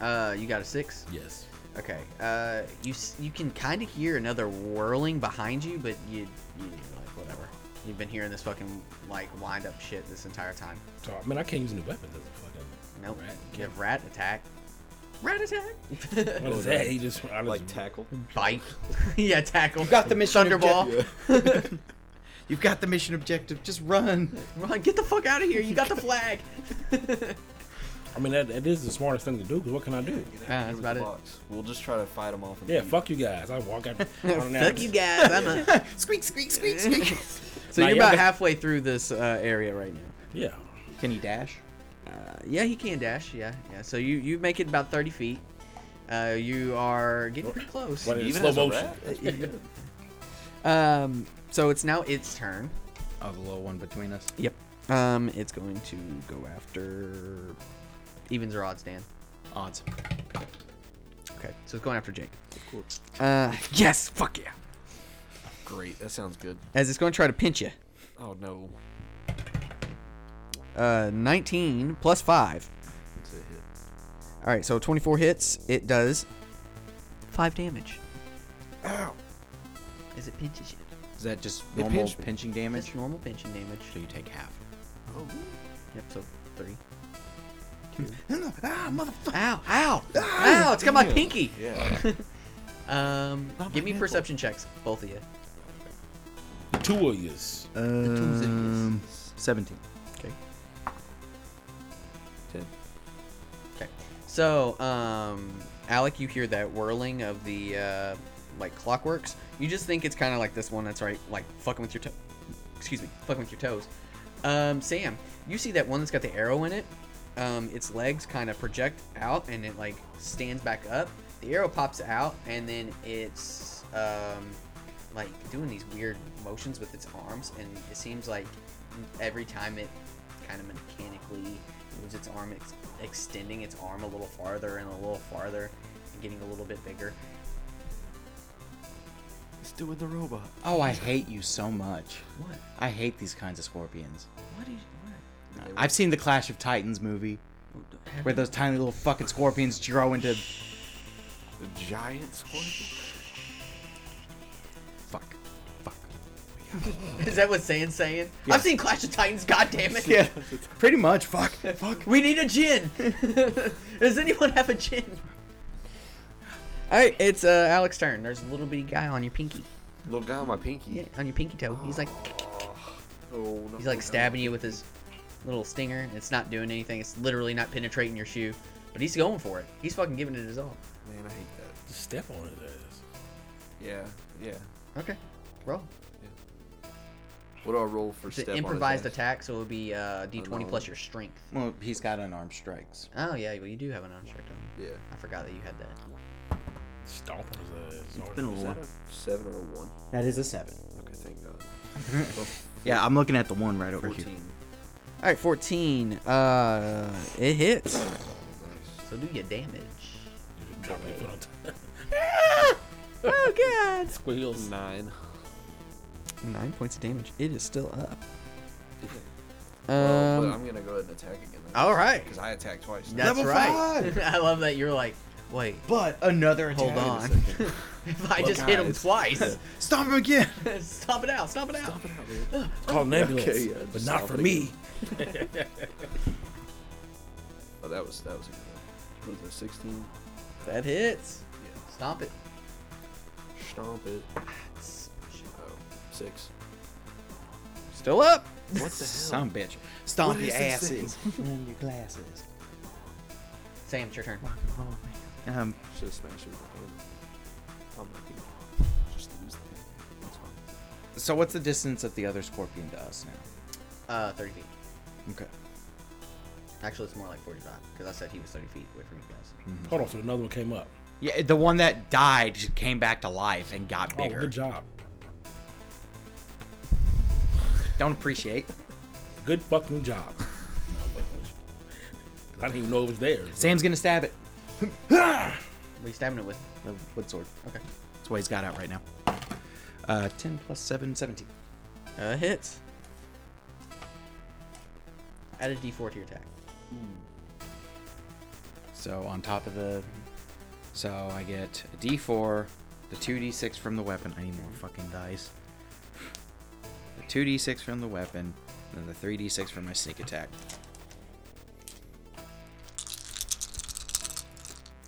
[SPEAKER 3] Uh, you got a six.
[SPEAKER 2] Yes.
[SPEAKER 3] Okay. Uh, you s- you can kind of hear another whirling behind you, but you you you're like whatever. You've been hearing this fucking like wind up shit this entire time.
[SPEAKER 2] So, I mean, I can't use new weapons as a fucking.
[SPEAKER 3] Nope.
[SPEAKER 2] Rat
[SPEAKER 3] You have rat attack. Rat attack.
[SPEAKER 2] What is that? He just I
[SPEAKER 5] Like
[SPEAKER 2] just-
[SPEAKER 5] tackle.
[SPEAKER 3] Bite. yeah, tackle. You
[SPEAKER 6] got the mission
[SPEAKER 3] Thunderball.
[SPEAKER 6] You've got the mission objective. Just run.
[SPEAKER 3] Run, get the fuck out of here. You got the flag.
[SPEAKER 2] I mean, that, that is the smartest thing to do. Cause what can I do?
[SPEAKER 3] that's about it.
[SPEAKER 5] We'll just try to fight them off. and
[SPEAKER 2] Yeah,
[SPEAKER 5] beat-
[SPEAKER 2] fuck you guys. I walk out.
[SPEAKER 3] Fuck you guys. I'm a...
[SPEAKER 6] squeak, squeak, squeak, squeak.
[SPEAKER 3] so
[SPEAKER 2] Nah,
[SPEAKER 3] you're
[SPEAKER 2] yeah,
[SPEAKER 3] about
[SPEAKER 2] but-
[SPEAKER 3] halfway through this uh, area right now.
[SPEAKER 2] Yeah.
[SPEAKER 6] Can he dash?
[SPEAKER 3] Uh, yeah, he can dash. Yeah, yeah. So you you make it about 30 feet. Uh, you are getting pretty close.
[SPEAKER 2] But in
[SPEAKER 5] Even
[SPEAKER 2] slow
[SPEAKER 5] as a
[SPEAKER 2] motion.
[SPEAKER 5] rat? That's pretty good.
[SPEAKER 3] Um, so it's now its turn.
[SPEAKER 6] Oh, the little one between us.
[SPEAKER 3] Yep. Um, it's going to go after evens or odds, Dan.
[SPEAKER 6] Odds.
[SPEAKER 3] Okay, so it's going after Jake.
[SPEAKER 5] Cool.
[SPEAKER 3] Uh, yes, fuck yeah.
[SPEAKER 5] Great. That sounds good.
[SPEAKER 3] As it's going to try to pinch you.
[SPEAKER 5] Oh no.
[SPEAKER 3] Uh, 19 plus five.
[SPEAKER 5] It's a hit.
[SPEAKER 3] All right, so 24 hits. It does five damage. Ow. As it pinches you.
[SPEAKER 6] Is that just
[SPEAKER 5] It
[SPEAKER 6] normal
[SPEAKER 5] pinched me.
[SPEAKER 6] pinching
[SPEAKER 3] That's
[SPEAKER 6] damage?
[SPEAKER 3] normal pinching damage.
[SPEAKER 6] So you take half.
[SPEAKER 5] Oh.
[SPEAKER 3] Yep, so three.
[SPEAKER 6] Ah, motherfucker.
[SPEAKER 3] Ow, ow,
[SPEAKER 5] Ah,
[SPEAKER 3] ow, it's got my pinky.
[SPEAKER 5] Yeah.
[SPEAKER 3] Um,
[SPEAKER 5] Not my
[SPEAKER 3] give me
[SPEAKER 5] nipple.
[SPEAKER 3] perception checks, both of you.
[SPEAKER 2] Two of yous.
[SPEAKER 6] Um, seventeen.
[SPEAKER 3] Okay.
[SPEAKER 5] Ten.
[SPEAKER 3] Okay. So, um, Alec, you hear that whirling of the uh, like clockworks. You just think it's kind of like this one that's right, like fucking with your toe. Excuse me, fucking with your toes. Um, Sam, you see that one that's got the arrow in it. Um, its legs kind of project out and it like stands back up. The arrow pops out and then it's um, like doing these weird motions with its arms, and it seems like every time it kind of mechanically moves its arm, it's extending its arm a little farther and a little farther, and getting a little bit bigger.
[SPEAKER 5] It's doing the robot.
[SPEAKER 4] Oh, I hate you so much.
[SPEAKER 3] What?
[SPEAKER 4] I hate these kinds of scorpions.
[SPEAKER 3] What is? What?
[SPEAKER 4] I've seen the Clash of Titans movie where those tiny little fucking scorpions grow into.
[SPEAKER 5] The giant scorpion.
[SPEAKER 4] Fuck. Fuck.
[SPEAKER 3] Is that what Saiyan's saying? I've seen Clash of Titans. God damn it!
[SPEAKER 4] Yeah. Pretty much. Fuck. Fuck.
[SPEAKER 3] We need a gin. Does anyone have a gin? All right, it's uh, Alex turn. There's a little bitty guy on your pinky,
[SPEAKER 5] Little guy on my pinky.
[SPEAKER 3] yeah, on your pinky toe. He's like,
[SPEAKER 5] Oh, no,
[SPEAKER 3] he's like
[SPEAKER 5] no.
[SPEAKER 3] stabbing you with his little stinger. It's not doing anything. It's literally not penetrating your shoe, but he's going for it. He's fucking giving it his all.
[SPEAKER 5] Man, I hate that.
[SPEAKER 2] Just step on his ass.
[SPEAKER 5] Yeah, yeah.
[SPEAKER 3] Okay, roll.
[SPEAKER 5] What do I roll for
[SPEAKER 3] It's
[SPEAKER 5] step?
[SPEAKER 3] an
[SPEAKER 5] on his
[SPEAKER 3] improvised
[SPEAKER 5] ass? Oh,
[SPEAKER 3] attack, so it would be uh, D20
[SPEAKER 5] Unarmed.
[SPEAKER 3] plus your strength.
[SPEAKER 4] Well, he's got unarmed strikes.
[SPEAKER 3] Oh yeah, well you do have an unstrength. on you.
[SPEAKER 5] Yeah.
[SPEAKER 3] I forgot that you had that.
[SPEAKER 2] Stomp on his ass.
[SPEAKER 5] Is that a seven or a one?
[SPEAKER 4] That is a seven.
[SPEAKER 5] Okay, thank God.
[SPEAKER 6] Yeah, I'm looking at the one right over here.
[SPEAKER 5] Fourteen.
[SPEAKER 3] All right, 14. Uh, it hits. So do your damage.
[SPEAKER 2] Drop your foot on top.
[SPEAKER 3] Oh god.
[SPEAKER 2] Squeals.
[SPEAKER 5] Nine.
[SPEAKER 3] Nine points of damage. It is still up.
[SPEAKER 5] Well, but
[SPEAKER 3] Um.
[SPEAKER 5] I'm gonna go ahead and attack again. then.
[SPEAKER 3] All right.
[SPEAKER 5] Because I attacked twice.
[SPEAKER 3] That's
[SPEAKER 6] Level
[SPEAKER 3] right. I love that you're like, wait,
[SPEAKER 6] But another attack.
[SPEAKER 3] hold on. if I just hit him
[SPEAKER 5] guys.
[SPEAKER 3] twice,
[SPEAKER 6] Stop him again.
[SPEAKER 3] stop it out. Stop it out.
[SPEAKER 2] Call an ambulance.
[SPEAKER 5] Okay, yeah,
[SPEAKER 2] but
[SPEAKER 5] just
[SPEAKER 2] not
[SPEAKER 5] stop
[SPEAKER 2] for
[SPEAKER 5] it
[SPEAKER 2] me.
[SPEAKER 5] Oh, that was that was a good one. What was it, 16?
[SPEAKER 3] That hits.
[SPEAKER 5] Yeah.
[SPEAKER 3] Stomp it.
[SPEAKER 5] Stomp it. Oh, six.
[SPEAKER 3] Still up.
[SPEAKER 5] What the hell?
[SPEAKER 4] Some bitch. Stomp
[SPEAKER 5] What
[SPEAKER 4] your
[SPEAKER 5] is this thing?
[SPEAKER 4] asses. Run your glasses.
[SPEAKER 3] Sam, it's your turn.
[SPEAKER 6] Um,
[SPEAKER 5] Should have smashed it with my hand. I'm not gonna just lose the hand. That's fine.
[SPEAKER 4] So, what's the distance that the other scorpion to us now?
[SPEAKER 3] Uh, 30 feet.
[SPEAKER 4] Okay.
[SPEAKER 3] Actually, it's more like 45 because I said he was 30 feet away from you guys.
[SPEAKER 2] Hold on, so another one came up.
[SPEAKER 4] Yeah, the one that died came back to life and got
[SPEAKER 2] Oh,
[SPEAKER 4] bigger.
[SPEAKER 2] good job.
[SPEAKER 4] Don't appreciate.
[SPEAKER 2] Good fucking job. I didn't even know it was there.
[SPEAKER 4] Sam's gonna stab it.
[SPEAKER 3] What are you stabbing it with?
[SPEAKER 4] The wood sword.
[SPEAKER 3] Okay.
[SPEAKER 4] That's what he's got out right now. Uh, 10 plus 7, 17.
[SPEAKER 3] Uh, hits. Add a d4 to your attack.
[SPEAKER 4] So on top of the, so I get a D4, the 2D6 from the weapon. I need more fucking dice. The 2D6 from the weapon, and then the 3D6 from my sneak attack.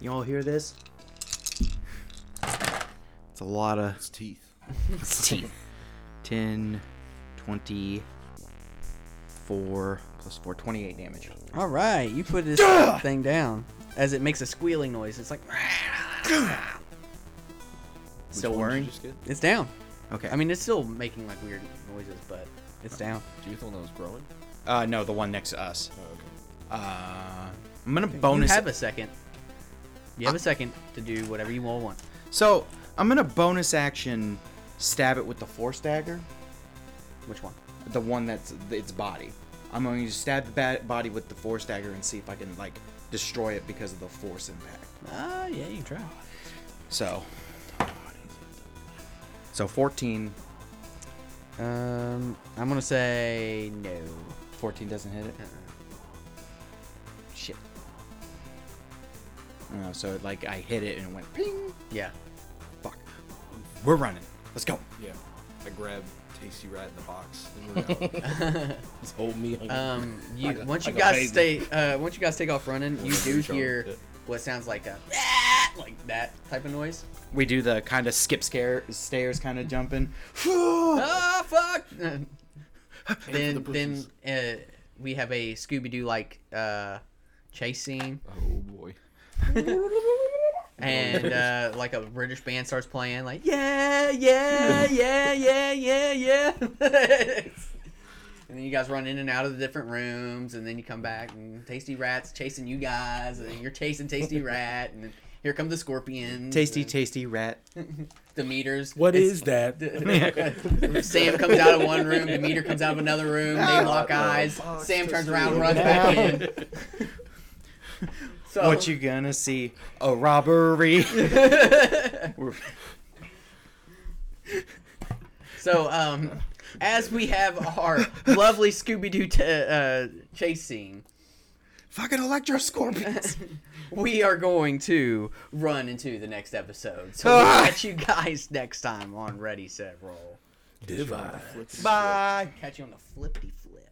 [SPEAKER 4] You all hear this? It's a lot of
[SPEAKER 5] It's teeth.
[SPEAKER 4] teeth. 10, 24 plus 4, 28 damage.
[SPEAKER 3] All right, you put this thing down as it makes a squealing noise. It's like
[SPEAKER 4] Still
[SPEAKER 5] What did you
[SPEAKER 4] worrying?
[SPEAKER 5] just get?
[SPEAKER 3] it's down.
[SPEAKER 4] Okay.
[SPEAKER 3] I mean, it's still making like weird noises, but it's down.
[SPEAKER 5] Do you think that was growing?
[SPEAKER 4] Uh, no, the one next to us.
[SPEAKER 5] Oh, okay.
[SPEAKER 4] Uh, I'm gonna bonus.
[SPEAKER 3] You have a second. You have a second to do whatever you all want.
[SPEAKER 4] so I'm gonna bonus action stab it with the force dagger,
[SPEAKER 3] Which one?
[SPEAKER 4] the one that's its body. I'm going to stab the ba- body with the force dagger and see if I can like destroy it because of the force impact.
[SPEAKER 3] Ah, yeah, you can try.
[SPEAKER 4] So, so 14.
[SPEAKER 3] Um, I'm gonna say no.
[SPEAKER 4] 14 doesn't hit it. Shit. No, so like I hit it and it went ping.
[SPEAKER 3] Yeah.
[SPEAKER 4] Fuck. We're running. Let's go.
[SPEAKER 5] Yeah. I grabbed Tasty Rat in the box. And we're out.
[SPEAKER 2] Just hold me. hungry.
[SPEAKER 5] Uh,
[SPEAKER 3] Um, you
[SPEAKER 2] Like a-
[SPEAKER 3] once you
[SPEAKER 2] like a
[SPEAKER 3] guys stay,
[SPEAKER 2] baby.
[SPEAKER 3] uh, once you guys take off running, you do
[SPEAKER 5] Sure.
[SPEAKER 3] hear
[SPEAKER 5] Yeah.
[SPEAKER 3] what sounds like a "Ah," like that type of noise.
[SPEAKER 4] We do the kind of skip scare stairs kind of jumping.
[SPEAKER 3] Ah, fuck! then,
[SPEAKER 5] the
[SPEAKER 3] then
[SPEAKER 5] bushes.
[SPEAKER 3] uh, we have a Scooby Doo like uh, chase scene.
[SPEAKER 5] oh boy.
[SPEAKER 3] and uh, like a British band starts playing, like yeah, yeah, yeah, yeah, yeah, yeah. and then you guys run in and out of the different rooms, and then you come back, and Tasty Rat's chasing you guys, and you're chasing Tasty Rat, and then here come the scorpions,
[SPEAKER 4] Tasty,
[SPEAKER 3] and
[SPEAKER 4] tasty rat.
[SPEAKER 3] Demeters.
[SPEAKER 2] What
[SPEAKER 3] It's-
[SPEAKER 2] is that?
[SPEAKER 3] Sam comes out of one room, Demeter comes out of another room, they lock eyes. Sam turns around, and runs back in. So
[SPEAKER 4] What you gonna see? A robbery.
[SPEAKER 3] So, um, as we have our lovely Scooby Doo t- uh, chase scene,
[SPEAKER 4] Fucking electro scorpions.
[SPEAKER 3] we are going to run into the next episode. So we'll catch you guys next time on Ready Set Roll.
[SPEAKER 2] Divide.
[SPEAKER 4] Bye.
[SPEAKER 3] Catch you on the flippity flip.